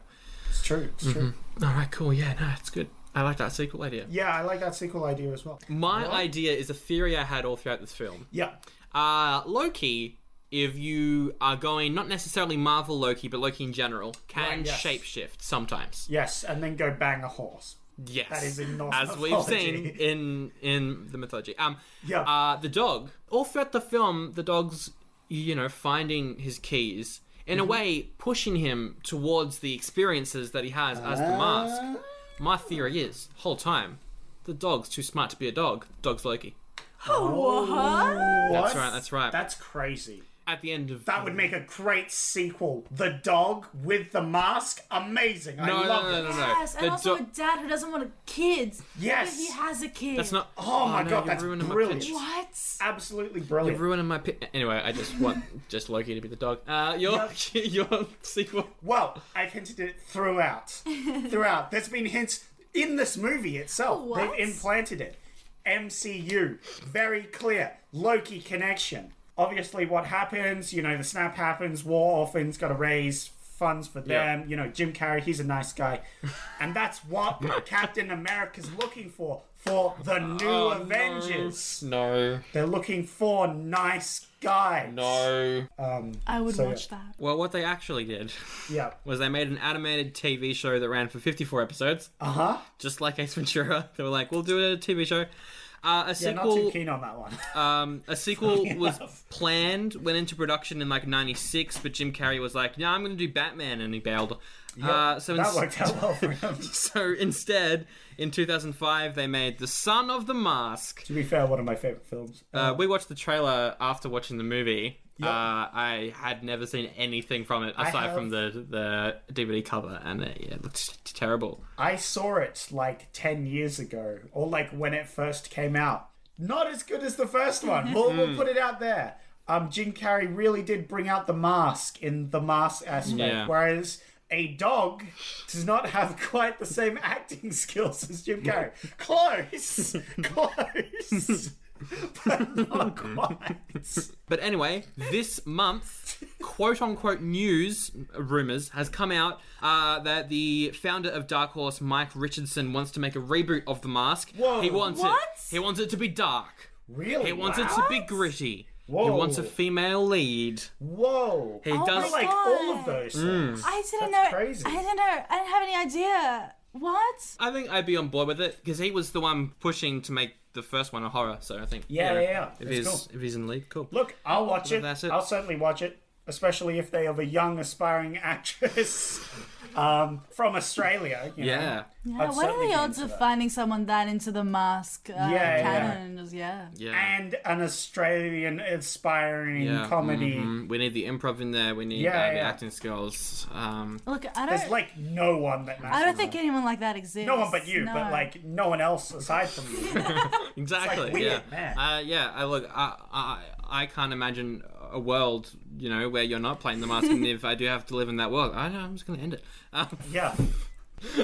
S2: It's true. It's true.
S1: yeah. All right, cool. Yeah, no, it's good. I like that sequel idea.
S2: Mm-hmm. Yeah, I like that sequel idea as well.
S1: My idea is a theory I had all throughout this film.
S2: Yeah,
S1: Uh, Loki, if you are going not necessarily Marvel Loki, but Loki in general, can
S2: Right, yes.
S1: shapeshift sometimes.
S2: yes, and then go bang a horse.
S1: Yes,
S2: That is in Norse
S1: as we've
S2: mythology.
S1: seen in in the mythology. Um,
S2: Yeah.
S1: uh, the dog. All throughout the film, the dog's you know finding his keys. in
S2: Mm-hmm.
S1: a way pushing him towards the experiences that he has as the mask.
S2: Ah.
S1: My theory is, whole time, the dog's too smart to be a dog. Dog's Loki.
S3: Oh, what?
S1: right, that's right.
S2: That's crazy.
S1: At the end of
S2: That would make a great sequel. The dog with the mask. Amazing. I
S1: no, no,
S2: love
S1: no, no,
S2: it.
S1: no,
S3: Yes, and
S1: The
S3: also
S1: do-
S3: a dad who doesn't want kids.
S2: Yes.
S3: If he has a kid.
S1: That's not.
S2: Oh my
S1: no,
S2: God,
S1: you're
S2: that's
S1: ruining my
S2: brilliant.
S1: pitch.
S3: What?
S2: Absolutely
S1: You're
S2: brilliant.
S1: ruining my pi- anyway. I just want just Loki to be the dog. Uh, your *laughs* your sequel.
S2: well, I've hinted it throughout. throughout. There's been hints in this movie itself.
S3: Oh, what?
S2: They've implanted it. MCU. Very clear. Loki connection. Obviously, what happens, you know, the snap happens, war orphans got to raise funds for them. You know, Jim Carrey, he's a nice guy. and that's what *laughs* Captain America's looking for for the new Avengers.
S1: No,
S2: They're looking for nice guys.
S1: no.
S3: I would
S2: So,
S3: watch that.
S1: Well, what they actually did *laughs*
S2: Yeah.
S1: was they made an animated TV show that ran for 54 episodes,
S2: Uh huh.
S1: just like Ace Ventura. *laughs* They were like, "We'll do a TV show." Uh, a
S2: Yeah, not too
S1: sequel.
S2: keen on that one. *laughs*
S1: Um, a sequel was planned, went into production in like '96, but Jim Carrey was like, "No, I'm going to do Batman," and he bailed. uh, so
S2: that
S1: ins-
S2: worked out well for
S1: *laughs*
S2: him.
S1: so instead, in 2005, they made The Son of the Mask.
S2: to be fair, one of my favorite films.
S1: Uh, we watched the trailer after watching the movie. Uh, I had never seen anything from it aside
S2: have.
S1: from the, the DVD cover, and it, yeah, it looked t- terrible.
S2: I saw it like 10 years ago, or like when it first came out. Not as good as the
S1: *laughs*
S2: first one. We'll,
S1: Hmm.
S2: we'll put it out there. Um, Jim Carrey really did bring out the mask in the mask aspect,
S1: Yeah.
S2: whereas a dog does not have quite the same acting *laughs* skills as Jim Carrey.
S1: *laughs*
S2: Close, close, but not quite.
S1: But anyway, this month, quote unquote news rumors has come out uh, that the founder of Dark Horse, Mike Richardson, wants to make a reboot of The Mask.
S2: Whoa.
S1: He wants
S3: What?
S1: it. He wants it to be dark.
S2: Really?
S1: He wants it
S2: Wow.
S1: to be gritty. He
S2: Whoa.
S1: wants a female lead.
S2: Whoa!
S1: He
S3: Oh
S1: does
S3: my
S2: like all of those
S1: Hmm.
S2: things.
S3: I didn't
S2: That's
S3: know.
S2: crazy.
S3: I didn't know. I didn't have any idea. What?
S1: I think I'd be on board with it because he was the one pushing to make the first one a horror. So I think
S2: Yeah,
S1: you know,
S2: yeah, yeah.
S1: If
S2: That's
S1: he's
S2: cool.
S1: if he's in the lead, cool.
S2: Look, I'll watch it.
S1: that's it.
S2: I'll certainly watch it, especially if they have a young aspiring *laughs* actress um, from Australia. you know.
S1: yeah,
S3: Yeah, what
S2: certainly
S3: are
S2: be
S3: the odds
S2: into
S3: of
S2: that.
S3: finding someone that into the mask uh,
S2: yeah, yeah.
S3: canon? Yeah. yeah.
S1: yeah.
S2: And an Australian aspiring
S1: Yeah,
S2: comedy.
S1: mhm. We need the improv in there. We need
S2: Yeah,
S1: uh, the
S2: yeah.
S1: acting skills. Um,
S3: Look, I
S2: There's
S3: don't.
S2: like no one that
S3: I
S2: matches.
S3: don't think anyone like that exists.
S2: No one but you,
S3: No.
S2: but like no one else aside from you.
S1: exactly.
S2: weird,
S1: yeah.
S2: man.
S1: Uh, yeah. I look. I, I I can't imagine a world you know where you're not playing the mask, and if I do have to live in that world, I know I'm just gonna end it. *laughs* Um,
S2: yeah.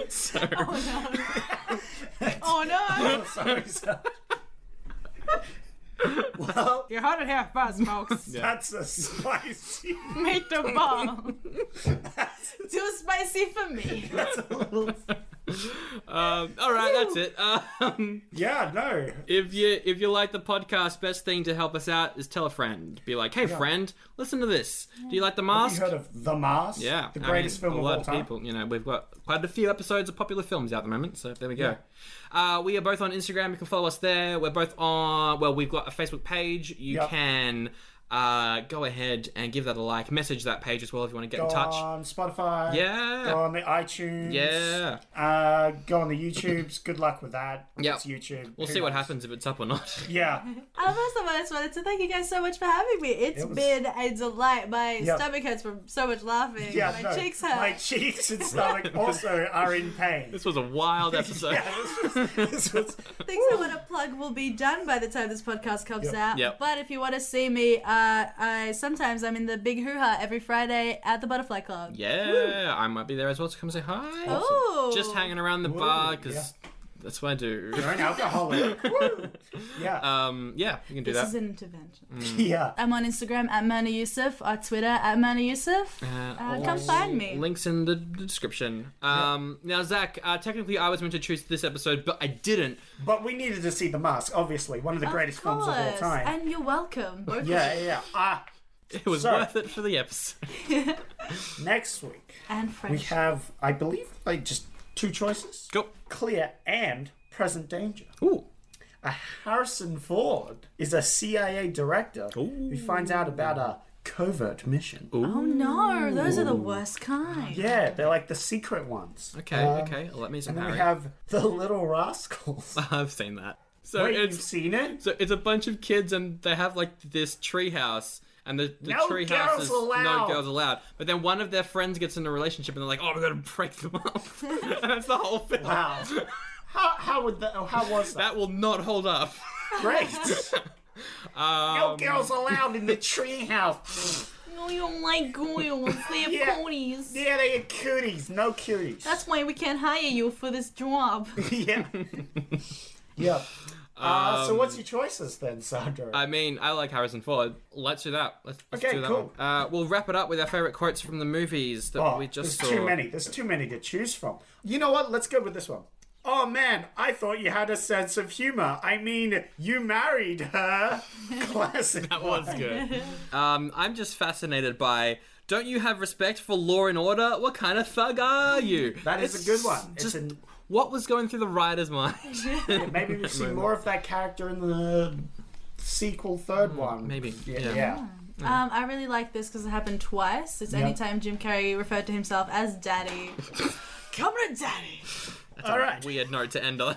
S1: so
S3: Oh
S2: *laughs*
S3: no!
S2: Sorry,
S1: *laughs*
S2: sorry. well,
S4: You heard it here first,
S1: *laughs*
S4: folks.
S2: that's a spicy.
S3: Make *laughs* the ball. Too spicy
S1: *laughs*
S3: for me.
S2: That's a little.
S1: um, all right, that's it. *laughs* Um,
S2: Yeah, no.
S1: If you if you like the podcast, best thing to help us out is tell a friend. Be like, hey friend, listen to this. Do you like the
S2: You
S1: mask?
S2: heard of The Mask?
S1: yeah,
S2: The
S1: I
S2: greatest
S1: mean,
S2: film
S1: a
S2: of
S1: lot
S2: all time.
S1: people. You know, we've got quite a few episodes of popular films out at the moment. So there we go. Uh, we are both on Instagram. You can follow us there. We're both on. Well, we've got a Facebook page. You
S2: Yep.
S1: can uh, go ahead and give that a like. Message that page as well if you want to get in touch.
S2: on Spotify.
S1: Yeah.
S2: Go on the iTunes.
S1: Yeah.
S2: Uh, go on the YouTubes. Good luck with that.
S1: Yep.
S2: It's YouTube.
S1: We'll
S2: Who
S1: see what
S2: knows?
S1: happens if it's up or not. *laughs*
S2: *laughs* Yeah.
S3: *laughs* I first of all, I just wanted to thank you guys so much for having me. It's
S2: was-
S3: been a delight. My
S2: Yeah.
S3: stomach hurts from so much laughing.
S2: Yeah.
S3: my
S2: no,
S3: cheeks hurt.
S2: My cheeks and
S1: *laughs*
S2: stomach also are in pain.
S1: this was a wild episode.
S2: *laughs* yeah, this was, this was
S3: things I want to plug will be done by the time this podcast comes out.
S1: Yep.
S3: But if you want to see me, uh, I sometimes I'm in the big hoo ha every Friday at the Butterfly
S1: *laughs*
S3: Club.
S1: Yeah, I might be there as well to come say hi.
S3: Oh,
S1: Just hanging around the bar because
S2: yeah.
S1: that's what I do.
S2: you're
S1: *laughs*
S2: an alcoholic. Woo. yeah.
S1: Um, yeah, you can do
S3: This is
S1: that.
S3: an
S2: *laughs*
S3: intervention.
S2: yeah.
S3: I'm on Instagram at Mona Yusuf, or Twitter at Mona Yusuf.
S1: Uh,
S3: Uh,
S1: all
S3: come find me.
S1: Links in the the description. Um, Now, Zach, uh, technically I was meant to choose this episode, but I didn't.
S2: But we needed to see The Mask, obviously. One of the greatest
S3: of
S2: films of all
S3: course.
S2: time.
S3: And you're welcome. Both of
S2: yeah,
S3: you.
S2: yeah, yeah. Ah,
S1: It was
S2: Sorry.
S1: worth it for the episode.
S2: next week
S3: And
S2: we
S3: French.
S2: have, I believe, like just two choices.
S1: Cool.
S2: Clear and Present Danger.
S1: Ooh.
S2: Harrison Ford is a CIA director who finds out about a covert mission.
S3: Oh no, those are the worst kind.
S2: Yeah, they're like the secret ones.
S1: Okay,
S2: Uh,
S1: okay. Let me some
S2: And then we
S1: Harry.
S2: have the Little Rascals.
S1: *laughs* I've seen that. So
S2: Wait, you've
S1: it's
S2: seen it?
S1: so it's a bunch of kids and they have like this treehouse. And the, the
S2: No
S1: tree
S2: girls
S1: house is
S2: allowed.
S1: no girls allowed. But then one of their friends gets in a relationship and they're like, oh, we're going to break them up. *laughs* and that's the whole film.
S2: Wow. How, how would that? How was that?
S1: That will not hold up.
S2: Great.
S1: *laughs* Um,
S2: no girls allowed in the treehouse.
S3: No, you don't like girls.
S2: *laughs*
S3: They have
S2: Yeah.
S3: ponies.
S2: Yeah, they are cooties. No cooties. *laughs*
S3: That's why we can't hire you for this job.
S1: *laughs*
S2: yeah. yeah. Uh, so what's your choices then, Sandro?
S1: Um, I mean, I like Harrison Ford. Let's do that. Let's, let's
S2: Okay,
S1: do that
S2: cool.
S1: one. Uh, we'll wrap it up with our favorite quotes from the movies that
S2: Oh,
S1: we just
S2: there's
S1: saw.
S2: too many. There's too many to choose from. You know what? Let's go with this one. Oh man, I thought you had a sense of humor. I mean, you married
S1: *laughs*
S2: her. *laughs* Classic.
S1: That was good. um, I'm just fascinated by. Don't you have respect for law and order? What kind of thug are you?
S2: That is a good one. It's
S1: Just
S2: an-
S1: what was going through the writer's mind? *laughs*
S2: Maybe we've seen more of that character in the sequel, third one.
S1: Mm, maybe,
S2: Yeah.
S1: yeah.
S2: *laughs* yeah.
S3: Um, I really like this because it happened twice. It's
S2: Yeah.
S3: anytime Jim Carrey referred to himself
S2: *laughs*
S3: as daddy. Come on, daddy.
S2: All right.
S1: Weird note to end on.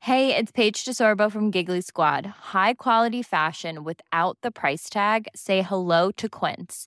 S4: Hey, it's Paige DeSorbo from Giggly Squad. High quality fashion without the price tag. Say hello to Quince.